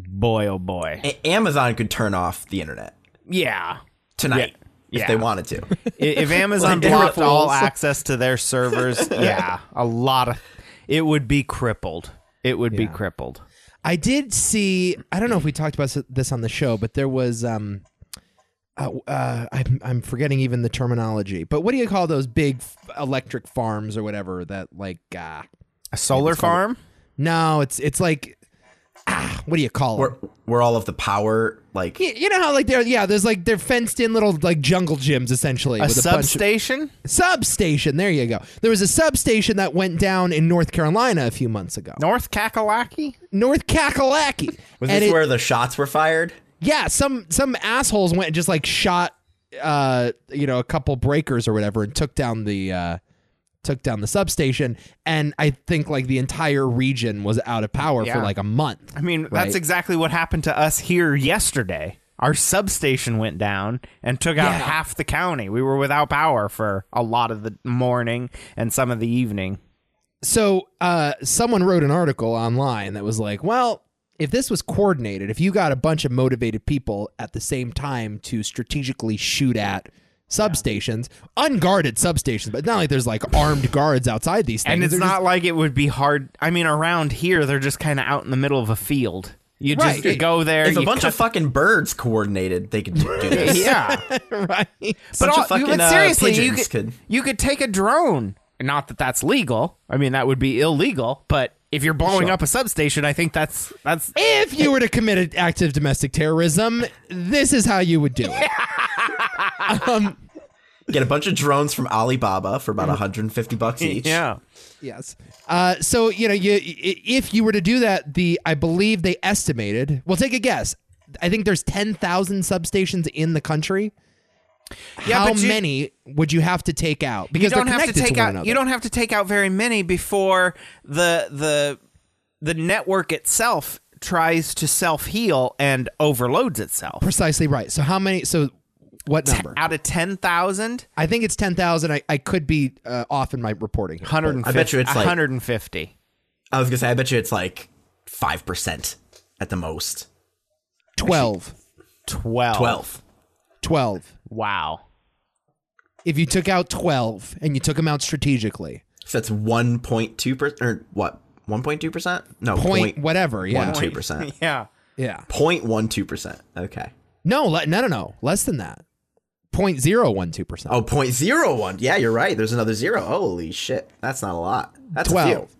boy oh boy A- Amazon could turn off the internet yeah tonight Yeah. if they wanted to. I- if amazon Like, it blocked would all also- access to their servers yeah a lot of it would be crippled it would be crippled i did see i don't know if we talked about this on the show but there was um uh, uh, I'm, I'm forgetting even the terminology, but what do you call those big f- electric farms or whatever that like uh, a solar farm No, it's it's like ah, what do you call We're, it? we're all of the power, like Y- You know how like they're yeah, there's like they're fenced in little like jungle gyms essentially a with a bunch of substation substation. There you go. There was a substation that went down in North Carolina a few months ago, north kakalaki North Kakalaki. was And this it- where the shots were fired? yeah, some some assholes went and just like shot uh you know a couple breakers or whatever and took down the uh took down the substation and I think like the entire region was out of power for Yeah. like a month. I mean, that's right? exactly what happened to us here yesterday. Our substation went down and took out Yeah. half the county. We were without power for a lot of the morning and some of the evening. so uh, someone wrote an article online that was like, well, if this was coordinated, if you got a bunch of motivated people at the same time to strategically shoot at substations, unguarded substations, but not like there's like armed guards outside these things. And it's They're just- not like it would be hard. I mean, around here, they're just kind of out in the middle of a field. You just Right. go there. If a you bunch cut- of fucking birds coordinated, they could do do this. yeah, right. but, Bunch all, of fucking, but uh, seriously, you pigeons could, could- you could take a drone. Not that that's legal. I mean, that would be illegal. But if you're blowing up a substation, I think that's that's If you were to commit an act of domestic terrorism, this is how you would do it. Get a bunch of drones from Alibaba for about 150 bucks each. Mm. yeah. Yes. Uh, so you know, you i- if you were to do that, the I believe they estimated. Well, take a guess. I think there's ten thousand substations in the country. Yeah, How but you- many would you have to take out? Because you don't they're have to connected take one out another. you don't have to take out very many before the the the network itself tries to self heal and overloads itself. precisely right. So how many? So what number? Out of 10,000, I think it's ten thousand. I, I could be uh, off in my reporting. here. 150. I bet you it's like- 150. I was gonna say, I bet you it's like five percent at the most. Twelve. 12. Twelve. Twelve. Wow. If you took out twelve and you took them out strategically, So that's one point two percent, or what? One point two percent? No, point, point whatever. Yeah. one two percent. Yeah. Yeah. Point one two percent. Okay. No, le- no, no, no. Less than that. Point zero one two percent. Oh, point zero one. Yeah, you're right. There's another zero. Holy shit, that's not a lot. That's a few. Twelve.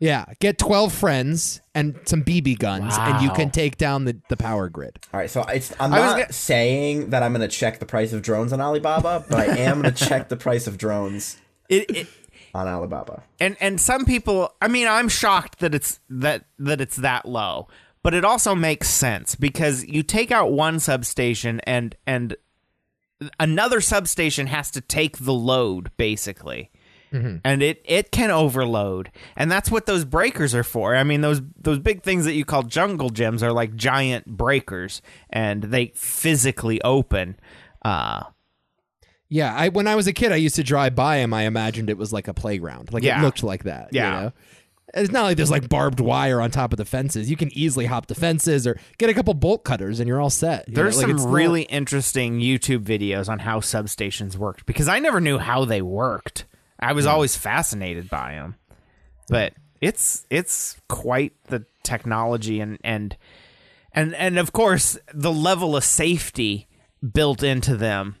Yeah, get 12 friends and some BB guns, and you can take down the, the power grid. All right, so it's, I'm I was not gonna- saying that I'm gonna check the price of drones on Alibaba, but I am gonna check the price of drones It, it on Alibaba. and and some people, I mean, I'm shocked that it's that that it's that low. But it also makes sense because you take out one substation and and another substation has to take the load basically. And it, it can overload, and that's what those breakers are for. I mean, those those big things that you call jungle gyms are like giant breakers, and they physically open. Uh, Yeah, I when I was a kid, I used to drive by them. I imagined it was like a playground. Like Yeah. it looked like that. you Yeah. know? It's not like there's like barbed wire on top of the fences. You can easily hop the fences or get a couple bolt cutters and you're all set. you know? There's Like, it's some not- really interesting YouTube videos on how substations worked because I never knew how they worked. I was always fascinated by them, but it's it's quite the technology and and and and of course the level of safety built into them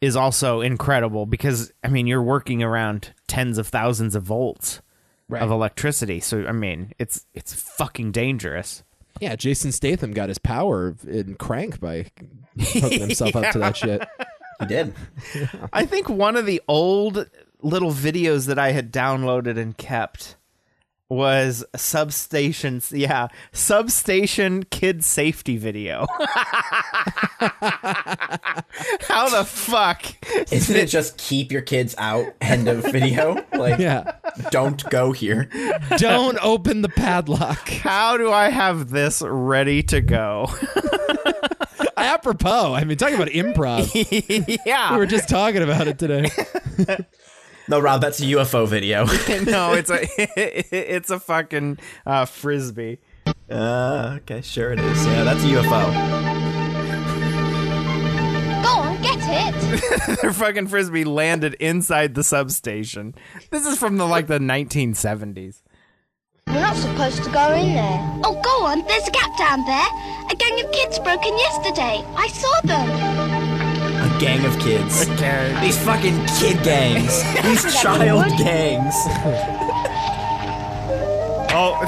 is also incredible because I mean you're working around tens of thousands of volts of electricity, so I mean it's it's fucking dangerous. Yeah, Jason Statham got his power in crank by hooking himself up to that shit. He did. I think one of the old little videos that I had downloaded and kept was substations yeah substation kid safety video how the fuck Isn't it just keep your kids out? End of video. Like, Yeah. don't go here. Don't open the padlock. how do i have this ready to go Apropos, I mean, talking about improv. We yeah were just talking about it today. No, Rob, that's a UFO video. no it's a it's a fucking uh, frisbee uh, okay, sure it is. Yeah, that's a UFO. Go on, get it. their fucking frisbee landed inside the substation this is from the like the 1970s We're not supposed to go in there. Oh, go on. There's a gap down there. A gang of kids broke in yesterday. I saw them. A gang of kids. okay These fucking kid gangs. These child gangs. Oh,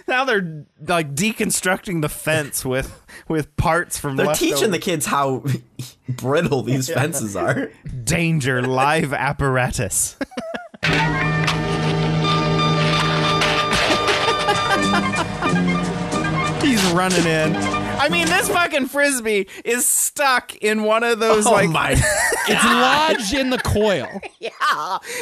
now they're like deconstructing the fence with with parts from They're leftover teaching the kids how brittle these fences are. danger live apparatus. He's running in. I mean, this fucking frisbee is stuck in one of those oh like my. It's lodged in the coil. it's,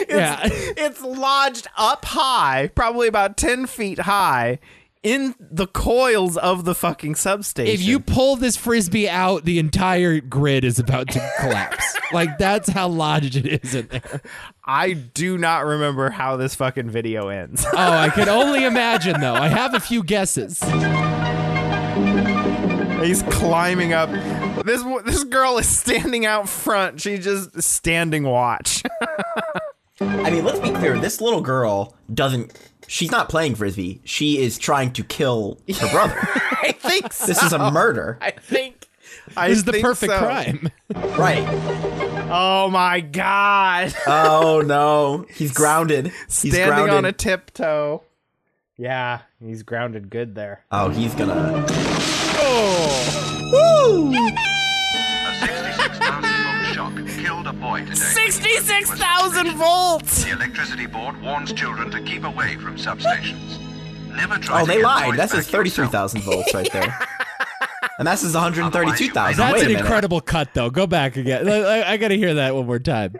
it's lodged up high, probably about 10 feet high in the coils of the fucking substation. If you pull this frisbee out, the entire grid is about to collapse. like that's how lodged it is in there. I do not remember how this fucking video ends. Oh, I can only imagine though. I have a few guesses. He's climbing up. This w- this girl is standing out front. She's just standing watch. I mean, let's be clear. This little girl doesn't. She's not playing frisbee. She is trying to kill her brother. I think so. This is a murder, I think. I This is the think perfect so. crime. right? Oh my god! Oh no, he's grounded. He's standing grounded. on a tiptoe. Yeah, he's grounded good there. oh, he's gonna. Oh, A 66,000 volt shock killed a boy today. 66,000 volts! The electricity board warns children to keep away from substations. Never try Oh, to they get lied. points That's his back yourself. thirty-three thousand volts right there. And that's his one hundred thirty-two thousand. That's Otherwise, Wait a an minute. incredible cut though. Go back again. I, I- I gotta hear that one more time.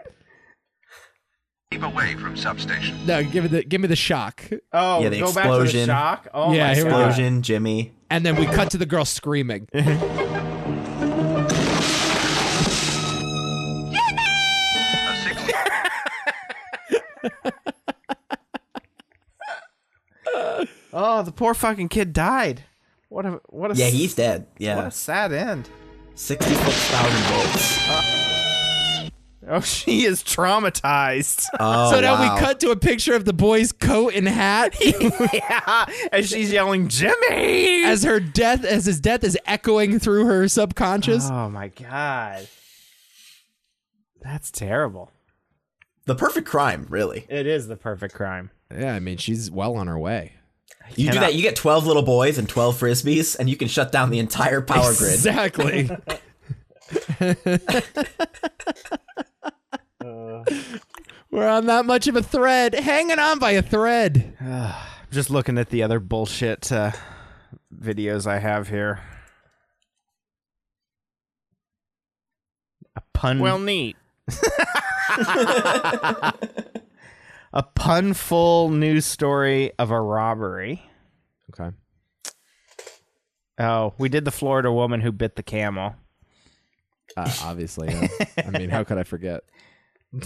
Keep away from substations. No, give it the give me the shock. Oh, Yeah, the go back to the explosion. shock. Oh Yeah, my here we go. god. Explosion, Jimmy. And then we cut to the girl screaming. Oh, A six- Oh, the poor fucking kid died. What a what a Yeah, uh, s- he's dead. what Yeah, a sad end. sixty-six thousand volts. Oh, she is traumatized. Oh, so now wow. we cut to a picture of the boy's coat and hat yeah, and she's yelling, "Jimmy!" as her death as his death is echoing through her subconscious. oh my god, that's terrible. The perfect crime, really. It is the perfect crime. Yeah, I mean she's well on her way. You do Cannot- that, you get 12 little boys and 12 frisbees, and you can shut down the entire power grid. Exactly. We're on that much of a thread, hanging on by a thread. Just looking at the other bullshit uh, videos I have here. A pun. Well, neat. a punful news story of a robbery. Okay. Oh, we did the Florida woman who bit the camel. Uh, obviously. I mean, how could I forget? on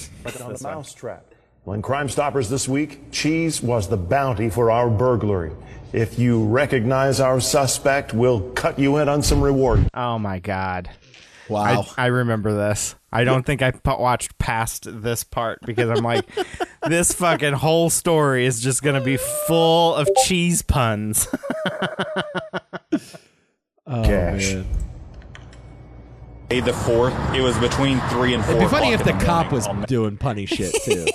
the mousetrap. On Crime Stoppers this week, cheese was the bounty for our burglary. If you recognize our suspect, we'll cut you in on some reward. Oh my god. Wow. I, I remember this. I don't think I pa- watched past this part because I'm like, this fucking whole story is just gonna be full of cheese puns. Cash. May the 4th. It was between 3 and 4 It'd be funny o'clock if the in cop was morning on doing punny shit too.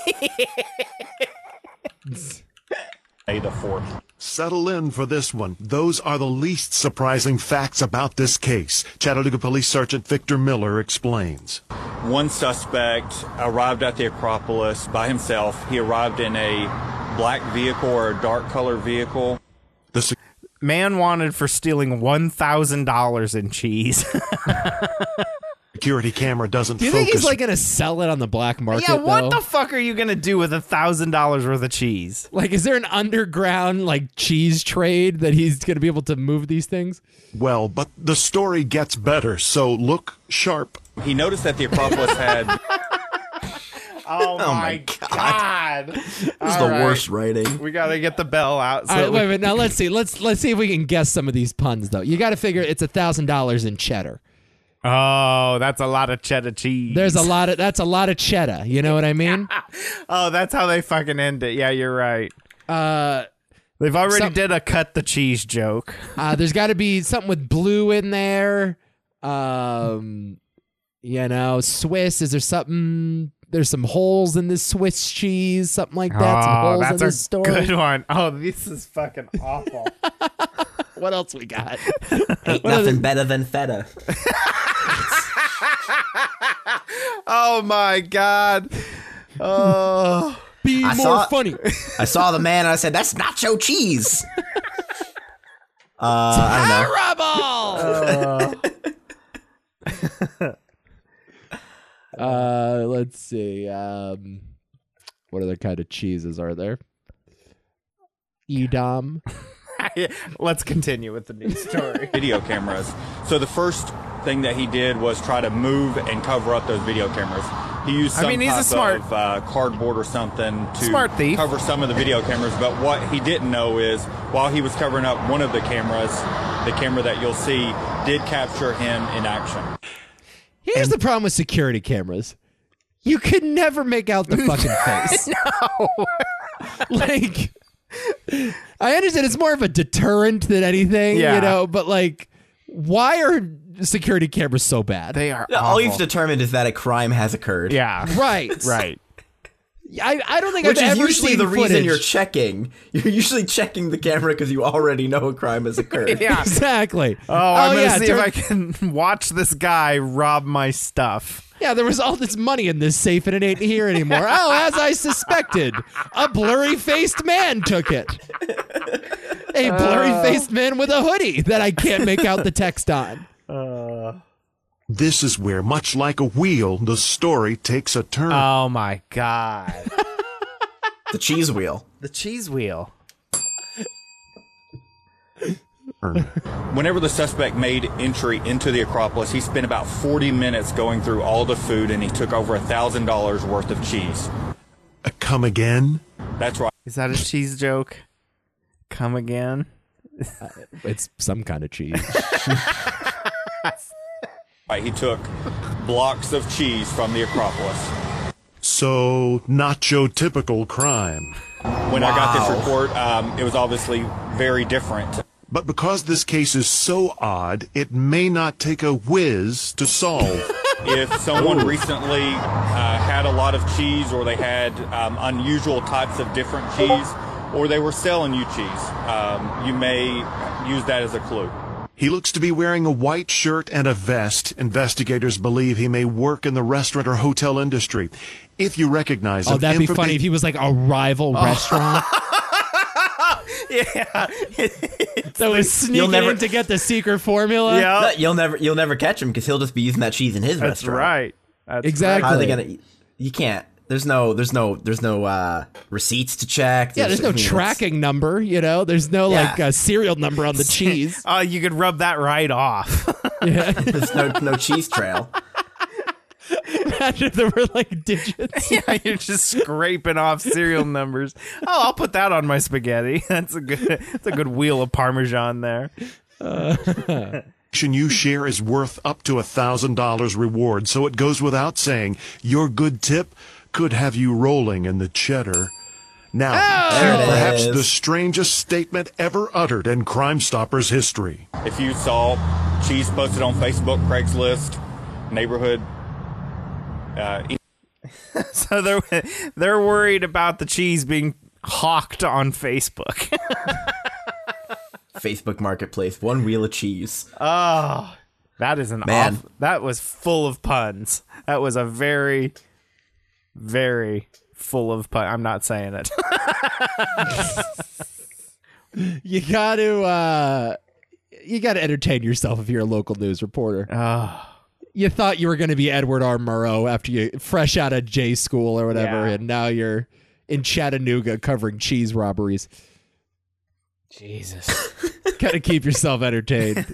May the 4th. Settle in for this one. Those are the least surprising facts about this case. Chattanooga Police Sergeant Victor Miller explains. One suspect arrived at the Acropolis by himself. He arrived in a black vehicle or a dark color vehicle. The se- Man wanted for stealing one thousand dollars in cheese. security camera doesn't Do you focus. think he's like gonna sell it on the black market? yeah, what though? the fuck are you gonna do with a thousand dollars worth of cheese? like, is there an underground like cheese trade that he's gonna be able to move these things? well, but the story gets better, so look sharp. He noticed that the Acropolis had Oh, my god! this is the worst writing. We gotta get the bell out. So All right, we- wait a minute. Now let's see. Let's let's see if we can guess some of these puns though. You got to figure it's a thousand dollars in cheddar. Oh, that's a lot of cheddar cheese. There's a lot of that's a lot of cheddar. You know what I mean? Oh, that's how they fucking end it. Yeah, you're right. Uh, They've already Some- did a cut the cheese joke. uh, there's got to be something with blue in there. Um, you know, Swiss. Is there something? There's some holes in this Swiss cheese, something like that. some oh, holes in that's a this story. good one. Oh, this is fucking awful. What else we got? Ain't nothing better than feta. oh my god. Oh, Be I more saw- funny. I saw the man and I said, that's nacho cheese. Uh, I don't know. Terrible. uh, let's see. Um, what other kind of cheeses are there? Edam. Let's continue with the news story. video cameras. So the first thing that he did was try to move and cover up those video cameras. He used I some mean, he's a type smart- of uh, cardboard or something to Smart thief. cover some of the video cameras. But what he didn't know is while he was covering up one of the cameras, the camera that you'll see did capture him in action. Here's the problem with security cameras. You could never make out the fucking face. no. like I understand it's more of a deterrent than anything, Yeah. you know, but like why are security cameras so bad? They are All you've awful. determined is that a crime has occurred. Yeah. right. Right. I, I don't think Which I've is ever usually seen the reason footage- you're checking. You're usually checking the camera because you already know a crime has occurred. Yeah. Exactly. Oh, I'm gonna yeah, see turn- if I can watch this guy rob my stuff. Yeah, there was all this money in this safe and it ain't here anymore. oh, as I suspected, a blurry faced man took it. A blurry faced man with a hoodie that I can't make out the text on. This is where, much like a wheel, the story takes a turn. Uh. Oh my god. The cheese wheel. the cheese wheel. Whenever the suspect made entry into the Acropolis, he spent about 40 minutes going through all the food and he took over $1,000 worth of cheese. Uh, Come again? That's right. Is that a cheese joke? Come again? It's some kind of cheese. He took blocks of cheese from the Acropolis. So, not your typical crime. When I got Wow. this report, um, it was obviously very different. But because this case is so odd, it may not take a whiz to solve. If someone recently uh, had a lot of cheese, or they had um, unusual types of different cheese, or they were selling you cheese, um, you may use that as a clue. he looks to be wearing a white shirt and a vest. Investigators believe he may work in the restaurant or hotel industry. If you recognize oh, him, that'd be informa- funny if he was like a rival restaurant. yeah. that was sneaking never- in to get the secret formula. No, you'll never you'll never catch him because he'll just be using that cheese in his Oh. That's restaurant. right. That's Exactly. How are they gonna? e-, You can't. There's no. There's no. There's no uh, receipts to check. Yeah, there's I no mean, it's- tracking number, you know? There's no Yeah. like uh, serial number on the cheese. Oh, you could rub that right off. There's no no cheese trail. Imagine if there were like digits. yeah, you're just scraping off serial numbers. Oh, I'll put that on my spaghetti. That's a good. That's a good wheel of parmesan there. action you share is worth up to a thousand dollars reward, so it goes without saying your good tip could have you rolling in the cheddar. Now, There it perhaps is. the strangest statement ever uttered in Crime Stoppers history. If you saw cheese posted on Facebook, Craigslist, neighborhood, uh, So they're they're worried about the cheese being hawked on Facebook. Facebook Marketplace, one wheel of cheese. That is an Man. off. That was full of puns. That was a very, very full of pun. I'm not saying it. You got to uh you got to entertain yourself if you're a local news reporter. You thought you were going to be Edward R. Murrow after you fresh out of J school or whatever Yeah. and now you're in Chattanooga covering cheese robberies. Jesus. got to keep yourself entertained.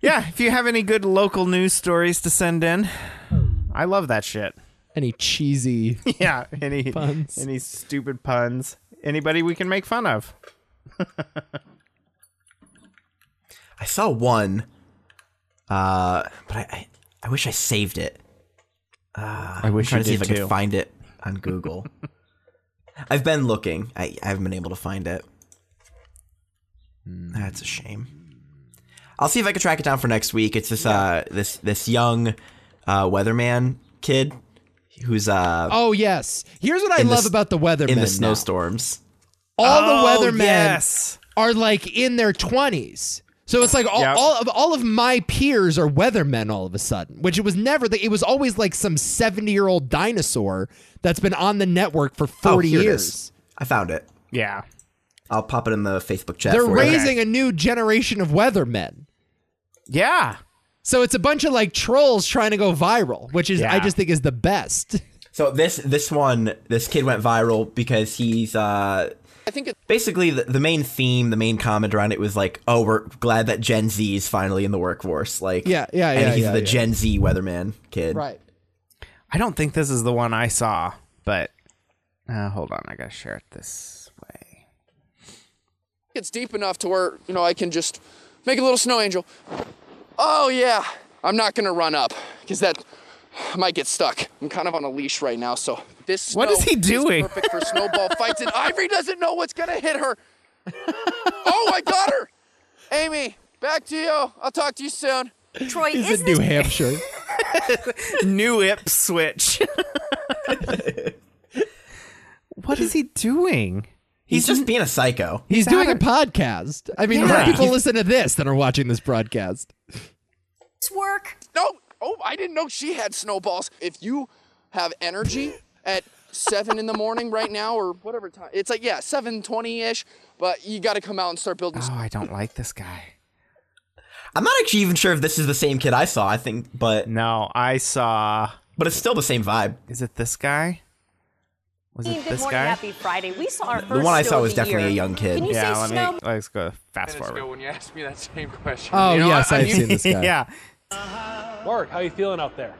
Yeah. If you have any good local news stories to send in, I love that shit. Any cheesy Yeah. Any Puns. Any stupid puns. Anybody we can make fun of. I saw one, uh, but I, I I wish I saved it. Uh, I wish trying to see if I can find it on Google. I've been looking. I, I haven't been able to find it. That's a shame. I'll see if I can track it down for next week. It's this uh this this young uh, weatherman kid who's uh Oh yes. Here's what I In the love s- about the weathermen. in now. the snowstorms. All Oh, the weathermen Yes. are like in their 20s. So it's like all, Yep. all of all of my peers are weathermen all of a sudden, which it was never. The, it was always like some 70-year-old dinosaur that's been on the network for 40 Oh, here it years. is. I found it. Yeah. I'll pop it in the Facebook chat. They're for you. raising a new generation of weathermen. Yeah. So it's a bunch of like trolls trying to go viral, which is Yeah. I just think is the best. So this this one this kid went viral because he's uh basically the, the main theme, the main comment around it was like, oh, we're glad that Gen Z is finally in the workforce. Like, Yeah, yeah, and yeah, he's yeah, the yeah. Gen Z weatherman kid. Right. I don't think this is the one I saw, but uh, hold on, I gotta share it this way. it's deep enough to where you know I can just make a little snow angel. Oh yeah, I'm not gonna run up because that I might get stuck. I'm kind of on a leash right now, so this What snow is he doing? perfect for snowball fights, and Ivory doesn't know what's gonna hit her. Oh, I got her. Amy, back to you. I'll talk to you soon. Troy, He's isn't in New Hampshire. New Ip switch. what is he doing? He's just being a psycho. He's doing a podcast. I mean, more Yeah. people listen to this than are watching this broadcast. this work? No. Oh, I didn't know she had snowballs. If you have energy at seven in the morning right now or whatever time, it's like yeah, seven twenty ish. But you got to come out and start building. Oh, I don't like this guy. I'm not actually even sure if this is the same kid I saw. I think, but No, I saw. but it's still the same vibe. Is it this guy? Was Team, it good this morning, guy? happy Friday. We saw our The first one I snow saw of was the definitely year. a young kid. Can you Yeah, say let snow? me let's go fast forward. when you asked me that same question. Oh, You know, yes, I- I've seen this guy. yeah, Mark, how you feeling out there?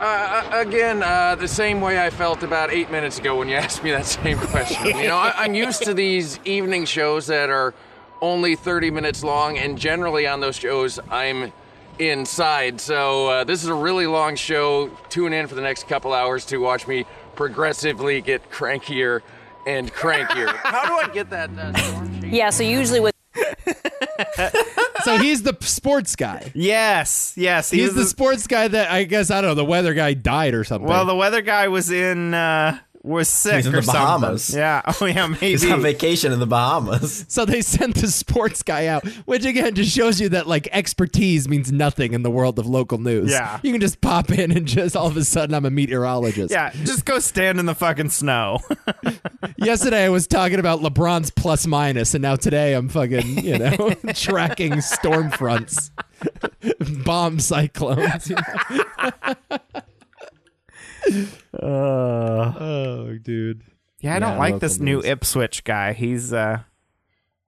Uh, uh, again, uh, the same way I felt about eight minutes ago when you asked me that same question. you know, I, I'm used to these evening shows that are only 30 minutes long, and generally on those shows, I'm inside. So uh, this is a really long show. Tune in for the next couple hours to watch me progressively get crankier and crankier. How do I get that? Uh, storm chaser? Yeah, so usually with So he's the sports guy. yes, yes. He He's was the sports guy that I guess I don't know the weather guy died or something. Well, the weather guy was in uh was sick He's in or the Bahamas. something. Yeah. Oh yeah, maybe. He's on vacation in the Bahamas. so they sent the sports guy out, which again just shows you that like expertise means nothing in the world of local news. Yeah. you can just pop in and just all of a sudden I'm a meteorologist. yeah, just go stand in the fucking snow. Yesterday I was talking about LeBron's plus minus, and now today I'm fucking you know tracking storm fronts, bomb cyclones. you know? oh, dude. yeah, I Yeah, don't like this local new news. Ipswich guy. He's uh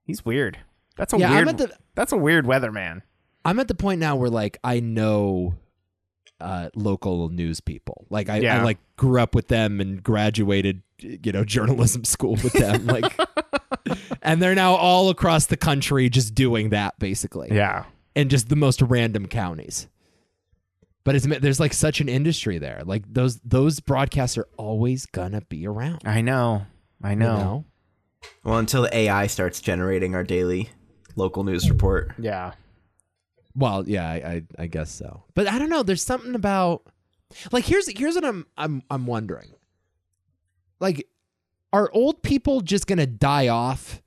he's weird. That's a Yeah, I'm weird at the- That's a weird weatherman. I'm at the point now where like I know uh, local news people. Like I, I Yeah. like grew up with them and graduated, you know, journalism school with them. like, and they're now all across the country just doing that basically, Yeah. and just the most random counties. But it's there's like such an industry there. Like those those broadcasts are always gonna be around. I know. I you know. know? Well, until the AI starts generating our daily local news report. Yeah. Well, yeah, I, I, I guess so. But I don't know. There's something about like here's here's what I'm I'm I'm wondering. Like, are old people just gonna die off,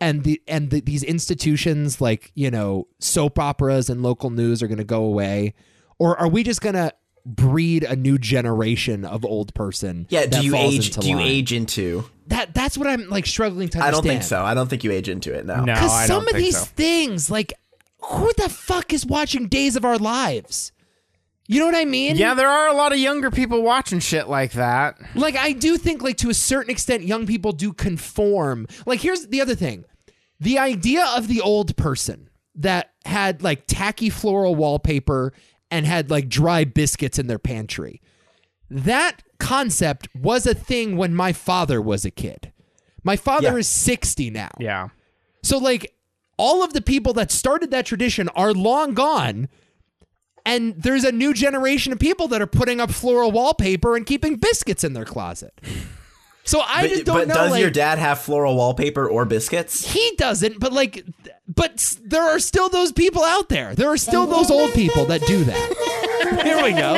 and the and the, these institutions like you know soap operas and local news are gonna go away, or are we just gonna breed a new generation of old person? Yeah, that do you falls age? into Do you line? age into? That that's what I'm like struggling to. I Understand. don't think so. I don't think you age into it now. No, Because I some don't of think these so. things, like, who the fuck is watching Days of Our Lives? You know what I mean? Yeah, there are a lot of younger people watching shit like that. Like, I do think, like, to a certain extent, young people do conform. Like, here's the other thing the idea of the old person that had, like, tacky floral wallpaper and had, like, dry biscuits in their pantry. That concept was a thing when my father was a kid. My father Yeah. is 60 now. Yeah. So like all of the people that started that tradition are long gone. And there's a new generation of people that are putting up floral wallpaper and keeping biscuits in their closet. So I But, just don't but know. does like, your dad have floral wallpaper or biscuits? he doesn't, but like, th- but s- there are still those people out there. There are still those old people that do that. Here we go.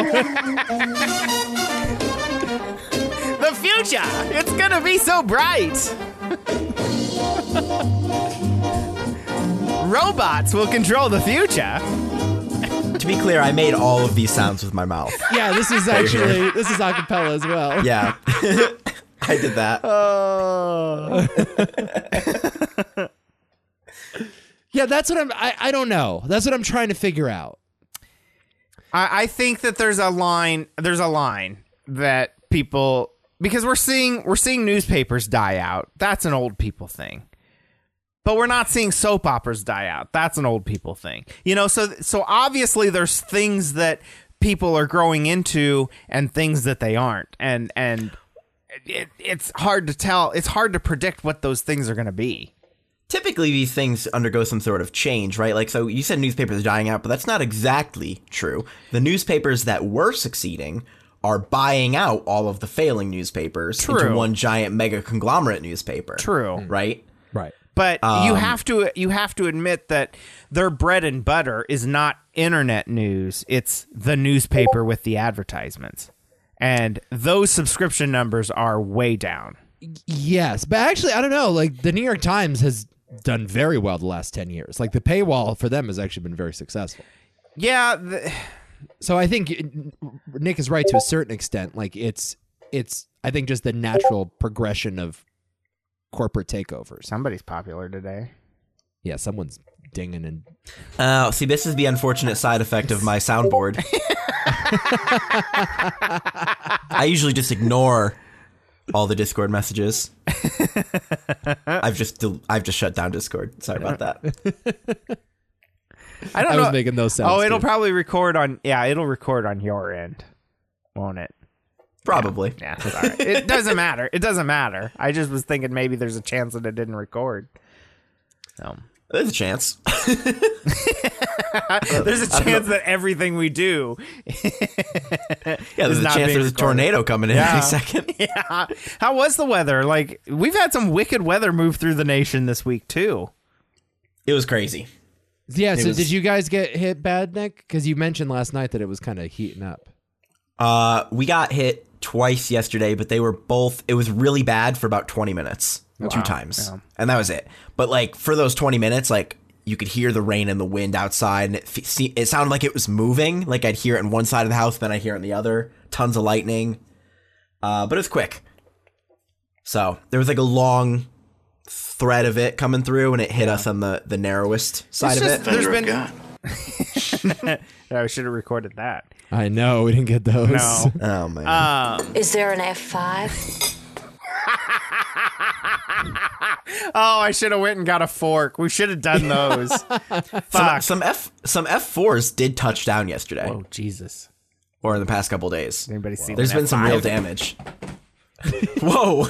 The future! It's gonna be so bright! Robots will control the future. to be clear, I made all of these sounds with my mouth. Yeah, this is actually this is acapella as well. Yeah, I did that. Oh. Yeah, that's what I'm. I, I don't know. That's what I'm trying to figure out. I, I think that there's a line there's a line that people because we're seeing we're seeing newspapers die out. That's an old people thing. But we're not seeing soap operas die out. That's an old people thing. You know, so so obviously there's things that people are growing into and things that they aren't. And and it, it's hard to tell. It's hard to predict what those things are going to be. Typically, these things undergo some sort of change, right? Like, so you said newspapers are dying out, but that's not exactly true. The newspapers that were succeeding are buying out all of the failing newspapers True. into one giant mega conglomerate newspaper. True. Right? Right. But you Um, have to you have to admit that their bread and butter is not internet news. It's the newspaper with the advertisements. And those subscription numbers are way down. Yes, but actually, I don't know. Like the New York Times has done very well the last ten years. Like the paywall for them has actually been very successful. Yeah. so I think uh, Nick is right to a certain extent. Like it's it's I think just the natural progression of corporate takeovers. Somebody's popular today. Yeah, someone's dinging and Oh, see, this is the unfortunate side effect of my soundboard. I usually just ignore all the Discord messages. I've just del- I've just shut down Discord. Sorry about that. I don't I know. was making those sounds, Oh, it'll too. probably record on yeah, it'll record on your end. Won't it? Probably. Yeah. yeah, sorry. it doesn't matter. It doesn't matter. I just was thinking maybe there's a chance that it didn't record. There's a chance. There's a Uh, I don't chance know. that everything we do. Yeah, there's is a not chance being there's a recorded. tornado coming in yeah. any second. Yeah. How was the weather? Like we've had some wicked weather move through the nation this week too. It was crazy. Yeah, It so was- did you guys get hit bad, Nick? Because you mentioned last night that it was kind of heating up. Uh, we got hit twice yesterday, but they were both. It was really bad for about 20 minutes, two Wow. times, Yeah. and that was it. But like for those 20 minutes, like you could hear the rain and the wind outside, and it, fe- se- it sounded like it was moving. Like I'd hear it on one side of the house, then I hear it on the other. Tons of lightning, uh, but it was quick. So there was like a long thread of it coming through, and it hit us on the the narrowest side of it. There's been. I should have recorded that. I know we didn't get those. No. Oh man. Um, Is there an F5? oh, I should have went and got a fork. We should have done those. Some, some F some F fours did touch down yesterday. Oh Jesus! Or in the past couple days. Anybody seen? There's an been some real F5? damage. Whoa!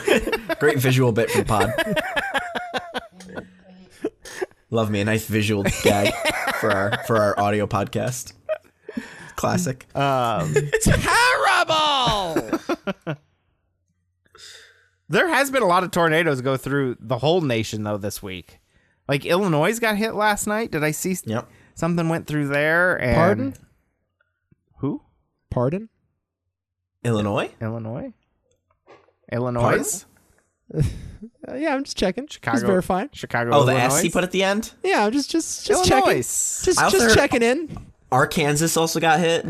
Great visual bit for the pod. Love me a nice visual gag for our for our audio podcast. Classic. Uh, Um, terrible. there has been a lot of tornadoes go through the whole nation though this week. Like Illinois got hit last night. Did I see? Yep. Something went through there. And Pardon? Who? Pardon? Illinois. Illinois. Illinois. Uh, yeah, I'm just checking. Just Chicago. verifying. Chicago. Oh, the Illinois. S he put at the end. Yeah, I'm just just just checking. Illinois. Just I also just heard- checking in. Arkansas also got hit.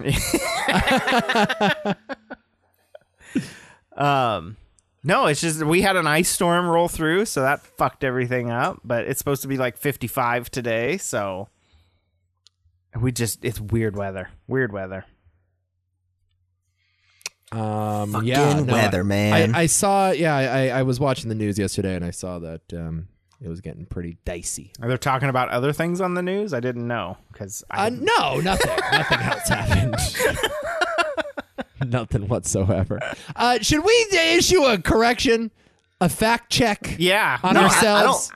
Um, no, it's just we had an ice storm roll through, so that fucked everything up. But it's supposed to be like 55 today, so we just it's weird weather. Weird weather. Um, Fucking yeah, no, weather, I- man. I, I saw. Yeah, I, I was watching the news yesterday, and I saw that um, it was getting pretty dicey. Are they talking about other things on the news? I didn't know because I Uh, no, nothing. nothing else happened. Nothing whatsoever. Uh, should we issue a correction, a fact check? Yeah, on No, I- I ourselves.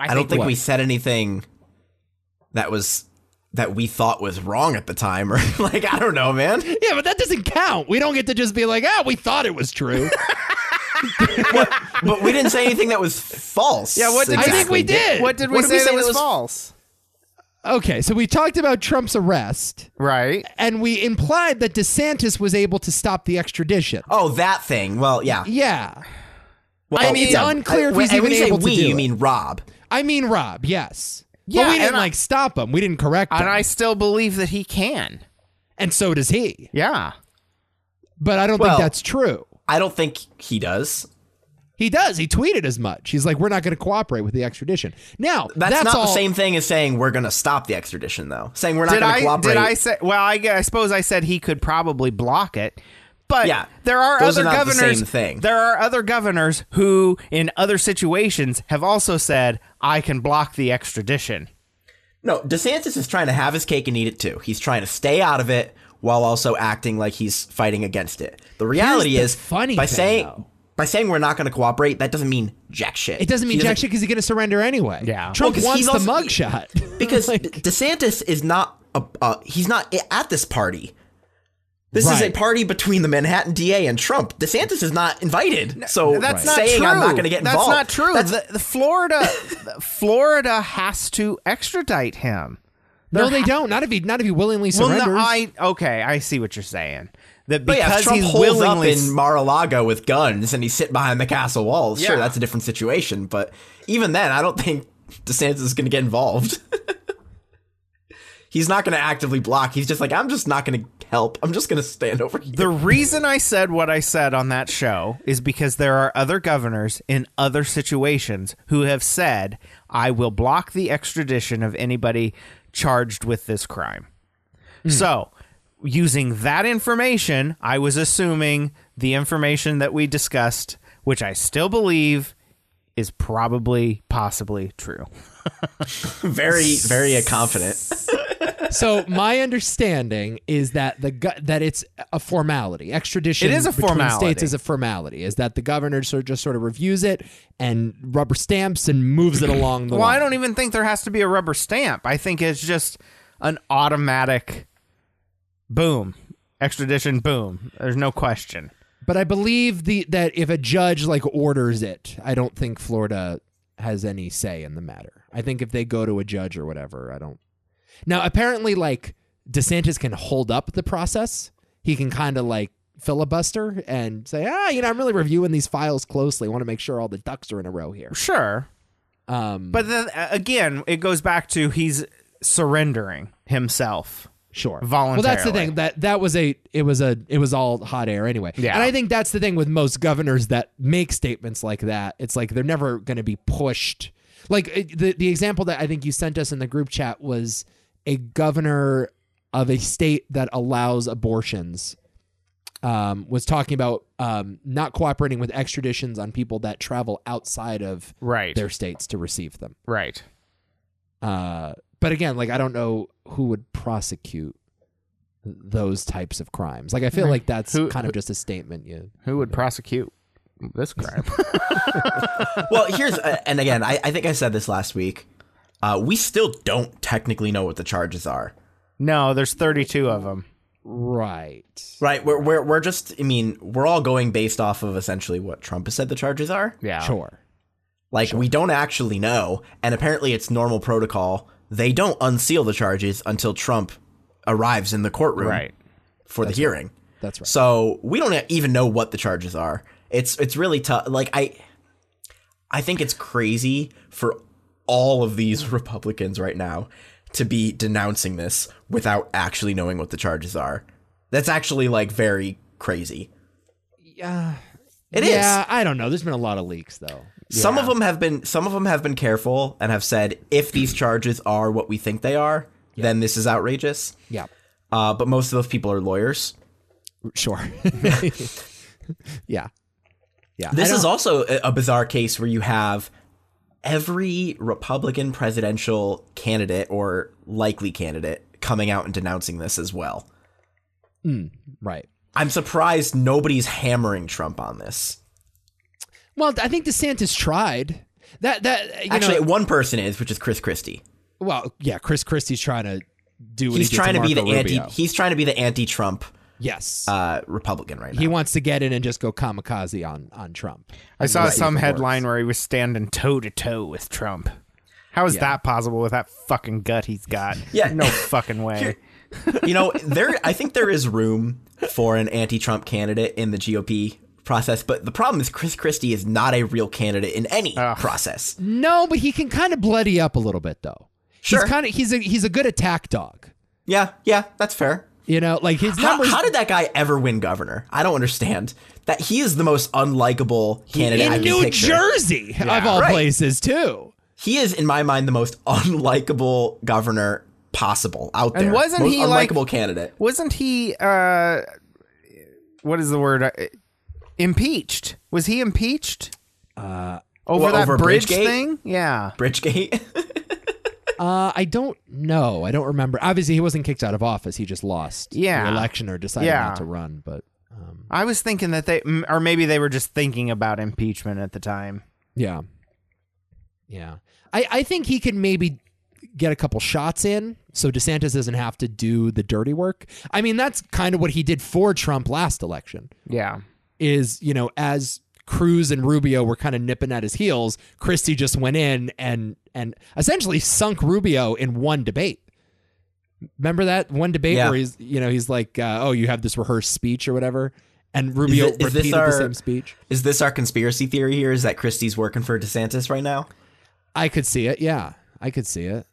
I, don't think what? we said anything that was that we thought was wrong at the time, or like I don't know, man. Yeah, but that doesn't count. We don't get to just be like, ah, we thought it was true. But we didn't say anything that was false. Yeah, what did- I think we did. What did we What did say we say that that was, was- false? Okay, so we talked about Trump's arrest. Right. And we implied that DeSantis was able to stop the extradition. Oh, that thing. Well, yeah. Yeah. Well, I mean, it's yeah. unclear if When- he's and even when you say able to we, do you it. mean Rob. I mean, Rob, yes. Yeah, but we didn't and I- like stop him. We didn't correct him. And I still believe that he can. And so does he. Yeah. But I don't Well- think that's true. I don't think he does. He does. He tweeted as much. He's like, we're not going to cooperate with the extradition. Now, That's, not all, the same thing as saying we're going to stop the extradition, though. Saying we're not did going to I cooperate. did I say? Well, I, gue- I suppose I said he could probably block it, But Yeah. there are Those other are not the governors. same thing. There are other governors who, in other situations, have also said, "I can block the extradition." No, DeSantis is trying to have his cake and eat it too. He's trying to stay out of it while also acting like he's fighting against it. The reality the is, funny by thing, saying though. by saying we're not going to cooperate, that doesn't mean jack shit. It doesn't mean He jack shit because he's going to surrender anyway. Well, Trump 'cause wants he's the also- mugshot. because DeSantis is not a, uh, he's not i- at this party. This is a Right. party between the Manhattan DA and Trump. DeSantis is not invited, so that's not saying true. I'm not going to get That's involved. not true. the, the Florida, Florida has to extradite him. No, they don't. don't. Not if he not if he willingly Well, no, surrenders. I okay, I see what you're saying. That But because yeah, if Trump he's holds willingly up in Mar-a-Lago with guns and he's sitting behind the castle walls, sure, Yeah. that's a different situation. But even then, I don't think DeSantis is going to get involved. he's not going to actively block. He's just like, I'm just not going to help. I'm just going to stand over here. The reason I said what I said on that show is because there are other governors in other situations who have said, I will block the extradition of anybody charged with this crime. So, using that information, I was assuming the information that we discussed, which I still believe is probably possibly true. very, very confident. so my understanding is that the go- that it's a formality. Extradition It is a between formality. states is a formality. Is that the governor sort just sort of reviews it and rubber stamps and moves it along the Well, I line. don't even think there has to be a rubber stamp. I think it's just an automatic boom, extradition boom. There's no question. But I believe the that if a judge like orders it, I don't think Florida has any say in the matter. I think if they go to a judge or whatever, I don't. Now apparently, like DeSantis can hold up the process. He can kind of like filibuster and say, ah, you know, I'm really reviewing these files closely. I want to make sure all the ducks are in a row here. Sure. Um, But then, uh, again, it goes back to he's surrendering himself. Sure. Voluntarily. Well, that's the thing that that was a it was a it was all hot air anyway. Yeah. And I think that's the thing with most governors that make statements like that. It's like they're never going to be pushed. Like it- the the example that I think you sent us in the group chat was a governor of a state that allows abortions um, was talking about um, not cooperating with extraditions on people that travel outside of Right. their states to receive them. Right. Uh, but again, like I don't know who would prosecute those types of crimes. Like I feel Right. like that's Who- kind who- of just a statement. You Who would prosecute this crime? well, here's uh, and again, I, I think I said this last week. Uh, we still don't technically know what the charges are, no, there's 32 of them. right? right? We're we're we're just, I mean, we're all going based off of essentially what Trump has said the charges are. Yeah, Sure. Like we don't actually know, and apparently it's normal protocol. They don't unseal the charges until Trump arrives in the courtroom, Right. for the hearing. That's right. So we don't e-, even know what the charges are. It's it's really tough. Like I, I think it's crazy for all of these Republicans right now to be denouncing this without actually knowing what the charges are. That's actually like very crazy. Yeah. It It is. is. I don't know. There's been a lot of leaks though. Some of them have been some of them have been careful and have said if these charges are what we think they are, then this is outrageous. Yeah. Uh, but most of those people are lawyers. Sure. yeah. Yeah. This I is don't- also a a bizarre case where you have every Republican presidential candidate or likely candidate coming out and denouncing this as well. Mm, right. I'm surprised nobody's hammering Trump on this. Well, I think DeSantis tried. That that you Actually, know, one person is, which is Chris Christie. well, yeah, Chris Christie's trying to do what He's he did trying to be the Marco anti. Rubio. He's trying to be the anti-Trump Yes. uh, Republican right now. He wants to get in and just go kamikaze on on Trump. I saw Right. some If it works. headline where he was standing toe to toe with Trump. How is Yeah. that possible with that fucking gut he's got? Yeah. No fucking way. you know, there I think there is room for an anti-Trump candidate in the GOP process, but the problem is Chris Christie is not a real candidate in any Ah. process. No, but he can kind of bloody up a little bit though. Sure. He's kind of he's a he's a good attack dog. Yeah, yeah, that's fair. You know, like his How, numbers how did that guy ever win governor? I don't understand. That he is the most unlikable candidate I in can New picture. Jersey of all Right. places too. He is, in my mind, the most unlikable governor possible out there. And wasn't most he, like- unlikable candidate? Wasn't he uh what is the word? I- Impeached. Was he impeached? Uh, over well, that over bridge Bridgegate? thing? Yeah. Bridgegate. Uh, I don't know. I don't remember. Obviously, he wasn't kicked out of office. He just lost Yeah. the election or decided Yeah. not to run. But I was thinking that they, m- or maybe they were just thinking about impeachment at the time. yeah, yeah. I, I think he could maybe get a couple shots in so DeSantis doesn't have to do the dirty work. I mean, that's kind of what he did for Trump last election. Yeah. Is, you know, as Cruz and Rubio were kind of nipping at his heels, Christie just went in and and essentially sunk Rubio in one debate. Remember that one debate Yeah. where he's, you know, he's like, uh, "Oh, you have this rehearsed speech or whatever," and Rubio thi- repeated the same speech. Is this our conspiracy theory here? Is that Christie's working for DeSantis right now? I could see it. Yeah, I could see it.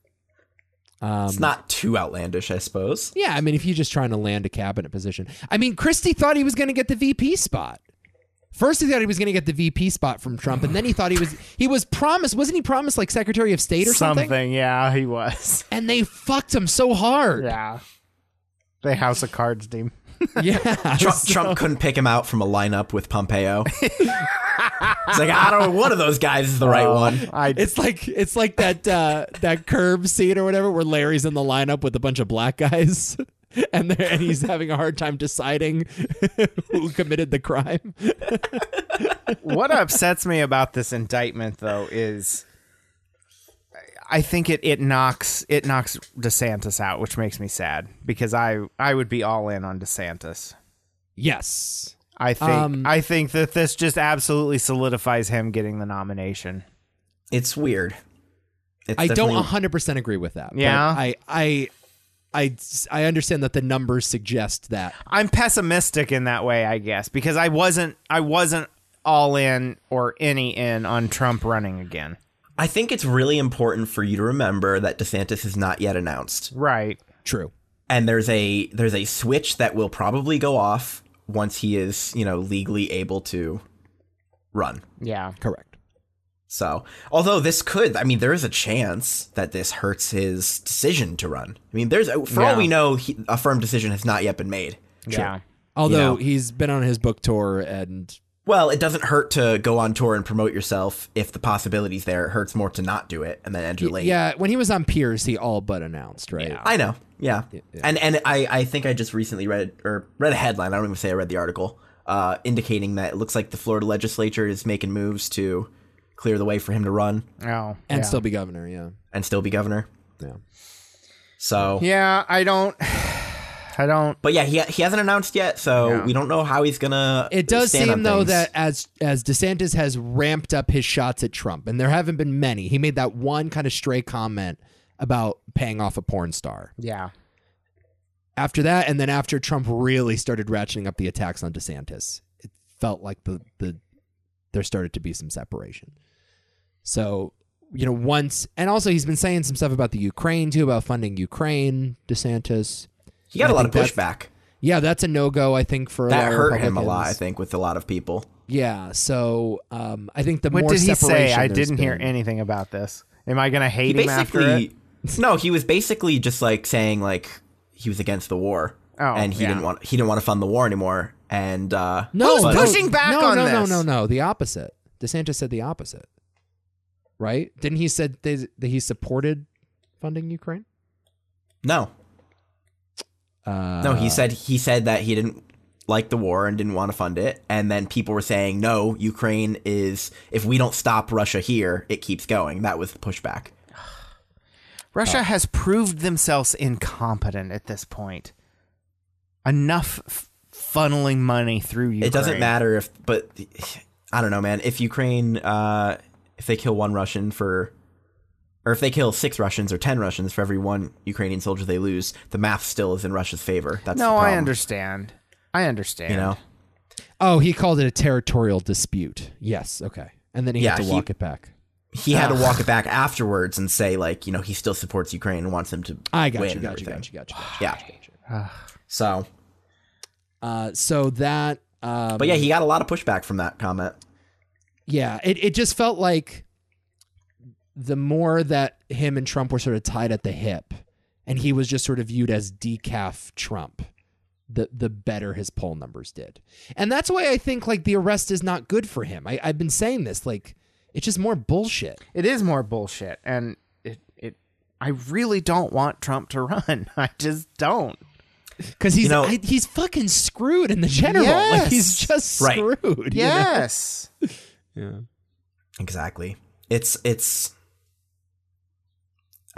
Um, it's not too outlandish, I suppose. Yeah, I mean, if you're just trying to land a cabinet position, I mean, Christie thought he was going to get the VP spot. First, he thought he was going to get the VP spot from Trump, and then he thought he was he was promised. Wasn't he promised like Secretary of State or something? Yeah, he was. And they fucked him so hard. Yeah. They house of cards team. Yeah. Trump, Trump couldn't pick him out from a lineup with Pompeo. It's like, I don't know, one of those guys is the right Uh, Oh, one. it's like it's like that uh, that curb scene or whatever where Larry's in the lineup with a bunch of black guys, and they're- and he's having a hard time deciding who committed the crime. what upsets me about this indictment though is I think it, it knocks it knocks DeSantis out, which makes me sad because I I would be all in on DeSantis. Yes. I think Um, I think that this just absolutely solidifies him getting the nomination. It's weird. I don't 100 percent agree with that. but Yeah. I, I I I understand that the numbers suggest that. I'm pessimistic in that way, I guess, because I wasn't I wasn't all in or any in on Trump running again. I think it's really important for you to remember that DeSantis is not yet announced. Right. True. And there's a there's a switch that will probably go off once he is, you know, legally able to run. Yeah. Correct. So, although this could, I mean, there is a chance that this hurts his decision to run. I mean, there's for Yeah. all we know, he, a firm decision has not yet been made. True. Although You know? he's been on his book tour and Well, it doesn't hurt to go on tour and promote yourself if the possibility's there. It hurts more to not do it and then enter late. yeah, when he was on Piers, he all but announced, right? I know. Yeah. And and I, I think I just recently read or read a headline. I don't even say I read the article, uh, indicating that it looks like the Florida legislature is making moves to clear the way for him to run Oh. And yeah. still be governor, yeah. and still be governor. Yeah. So Yeah, I don't I don't But yeah, he he hasn't announced yet, so Yeah. we don't know how he's gonna. It does stand seem on though things. that as as DeSantis has ramped up his shots at Trump, and there haven't been many. He made that one kind of stray comment about paying off a porn star. Yeah. After that, and then after Trump really started ratcheting up the attacks on DeSantis, it felt like the the there started to be some separation. So you know, once and also he's been saying some stuff about the Ukraine too, about funding Ukraine. DeSantis, he got a a lot of pushback. Yeah, that's a no go. I think for a That lot of hurt him a lot, I Republicans. think, with a lot of people. Yeah, so um, I think the What more did he say? separation I there's didn't hear been- anything about this. Am I going to He hate him after it? basically, no, he was basically just like saying like he was against the war, Oh, and he yeah. didn't want he didn't want to fund the war anymore. And uh, No, but- no, no, no, No, no, no, The opposite. DeSantis said the opposite. Right? Didn't he said they, that he supported funding Ukraine? no, Uh, no. He said he said that he didn't like the war and didn't want to fund it, and then people were saying no, Ukraine is if we don't stop Russia here, it keeps going. That was the pushback. uh, Russia has proved themselves incompetent at this point. Enough f- funneling money through Ukraine. It doesn't matter if, but I don't know, man. If Ukraine, uh, if they kill one Russian for, or if they kill six Russians or ten Russians for every one Ukrainian soldier they lose, the math still is in Russia's favor. That's no, the I problem, understand. I understand. You know, Oh, he called it a territorial dispute. Yes. Okay. And then he had Yeah, to he- walk it back. he had to Ugh. walk it back afterwards and say like, you know, he still supports Ukraine and wants them to. Ah. I got win you. and Got you. everything. Got you. Got you. Got you. Yeah. So, Uh, so that. Um, but yeah, he got a lot of pushback from that comment. Yeah, it, it just felt like the more that him and Trump were sort of tied at the hip, and he was just sort of viewed as decaf Trump the the better his poll numbers did. And that's why I think like the arrest is not good for him. I, I've been saying this like it's just more bullshit. It is more bullshit, and it it. I really don't want Trump to run. I just don't. Because he's I- he's fucking screwed in the general. Like he's Yes. just Right. screwed. you know? Yes. yeah. Exactly. It's it's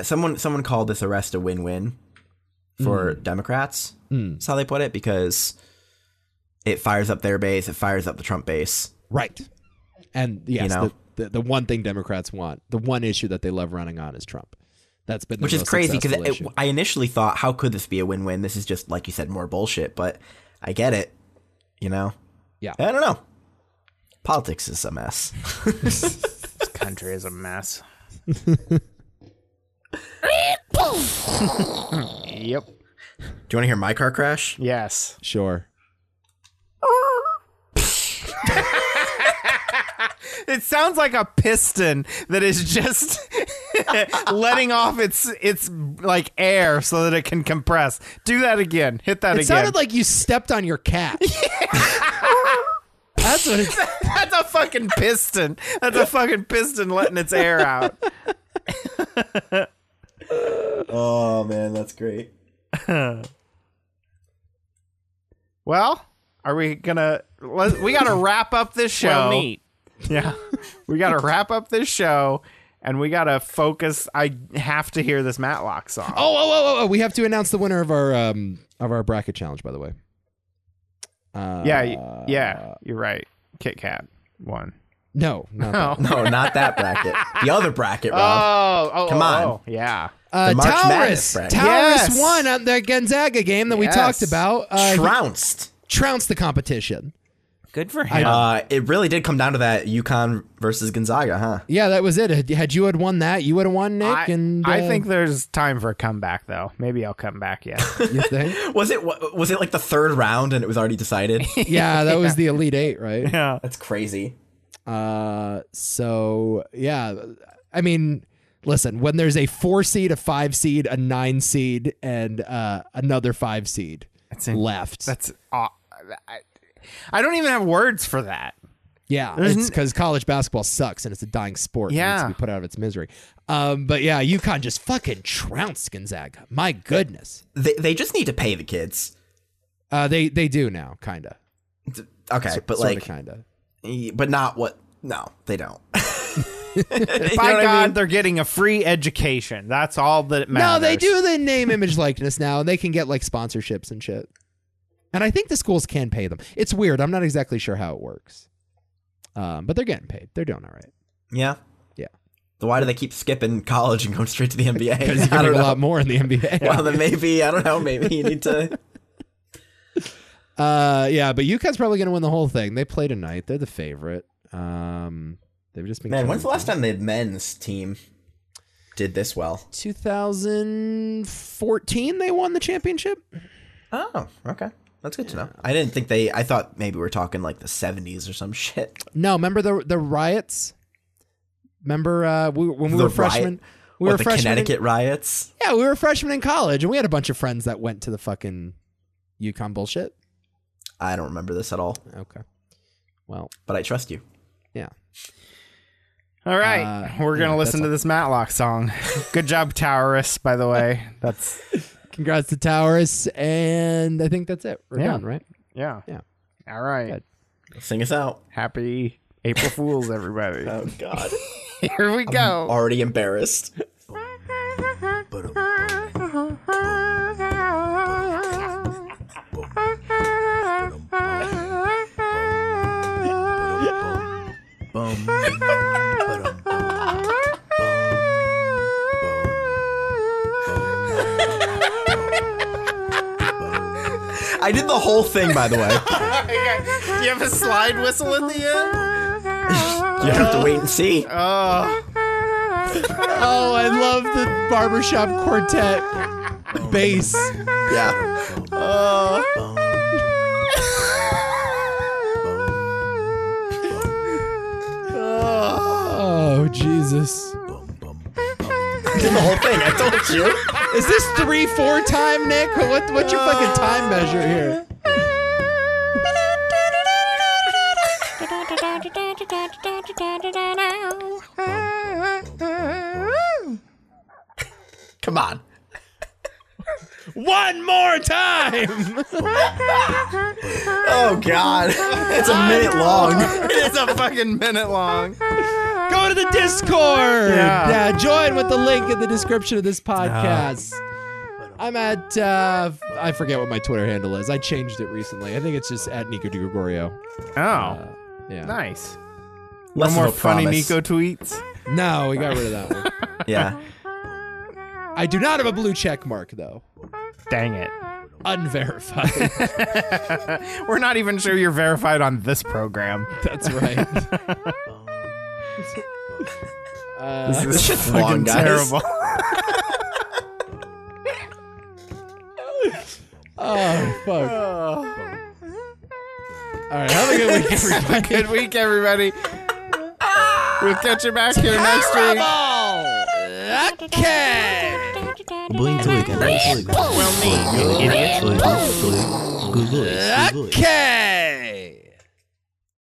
someone someone called this arrest a win-win for Hmm. Democrats. Mm. That's how they put it because it fires up their base, it fires up the Trump base. Right. And yes, You know? the, the the one thing Democrats want, the one issue that they love running on is Trump. That's been the Which is most crazy successful because issue. I initially thought, how could this be a win-win? This is just like you said, more bullshit. But I get it, you know. Yeah, I don't know. Politics is a mess. This country is a mess. yep. Do you want to hear my car crash? Yes. Sure. It sounds like a piston that is just letting off its its like air so that it can compress. Do that again. Hit that it again. sounded like you stepped on your cat. That's what it's That's a fucking piston. That's a fucking piston letting its air out. oh man, that's great. well, are we gonna? Let, we gotta wrap up this show. Well, neat. Yeah, we gotta wrap up this show, and we gotta focus. I have to hear this Matlock song. Oh, oh, oh, oh, oh, we have to announce the winner of our um of our bracket challenge, by the way. Uh, yeah, y- yeah, you're right. Kit Kat won. No, not that one. no, not that bracket. The other bracket, Oh, Rob. oh, come oh, on. oh, yeah. Uh, The March Taurus, Taurus Madness bracket. Yes. won on the Gonzaga game that we Yes. talked about. Uh, he Trounced. trounced the competition. Good for him. Uh, it really did come down to that UConn versus Gonzaga, huh? Yeah, that was it. Had- Had you had won that, you would have won, Nick. I, and I uh, think there's time for a comeback, though. Maybe I'll come back yet. you think? Was it wa- was it like the third round and it was already decided? yeah, that was the Elite Eight, right? Yeah, that's crazy. Uh, so yeah, I mean, listen, when there's a four seed, a five seed, a nine seed, and uh, another five seed left, that's aw- I, I don't even have words for that. yeah, There's it's n- because college basketball sucks and it's a dying sport. and it Yeah. needs to be put out of its misery. Um, but yeah, UConn just fucking trounced Gonzaga. My goodness, They they just need to pay the kids. uh, they they do now, kinda. Okay, S- but sorta, like kinda. y- but not what? No, they don't. By God, they're getting a free education. That's all that No, matters. they do the name, image, likeness now, and they can get like sponsorships and shit. And I think the schools can pay them. It's weird. I'm not exactly sure how it works, um, but they're getting paid. They're doing all right. Yeah. Yeah. Then why do they keep skipping college and going straight to the NBA? Because you I can don't make a know. lot more in the NBA. Well, then maybe I don't know. Maybe you need to. Uh, yeah, but UConn's probably going to win the whole thing. They play tonight. They're the favorite. Um, they've just been Man, when's killing the last time the men's team did this well? 2014 they won the championship. Oh, okay. That's good to know. I didn't think they. I thought maybe we're talking like the seventies or some shit. No, remember the the riots? Remember uh, we, when we The were riot- freshmen? We What, were the freshmen. Connecticut riots. Yeah, we were freshmen in college, and we had a bunch of friends that went to the fucking UConn bullshit. I don't remember this at all. Okay. Well, but I trust you. Yeah. All right, Uh, we're yeah, gonna that's listen to all. this Matlock song. Good job, Taurus. By the way, that's Congrats to Taurus, and I think that's it. We're Yeah. done, right? yeah, yeah. All right, sing us out. Happy April Fools, everybody. oh God, here we go. already embarrassed. Um, Bum, ba-dum, bum, I did the whole thing, by the way. Do you have a slide whistle at the end? You have to wait and see. Oh, Oh, I love the barbershop quartet bass. Yeah. Oh, Jesus. Oh, I did the whole thing. I told you. Is this three four time, Nick? What, what's your fucking time measure here? Come on. One more time. oh God, it's a minute long. it is a fucking minute long. Go to the Discord. Yeah. join with the link in the description of this podcast. I'm at uh, I forget what my Twitter handle is. I changed it recently. I think it's just at Nico DiGregorio. Oh, yeah. nice. No Less of more a funny promise. Nico tweets. No, we got rid of that one. Yeah. I do not have a blue check mark though. Dang it. Unverified. We're not even sure you're verified on this program. That's right. Uh, This is This shit's fucking long, guys. terrible. oh fuck. All right, have a good week, everybody. good week, everybody. We'll catch you back here next week. Okay.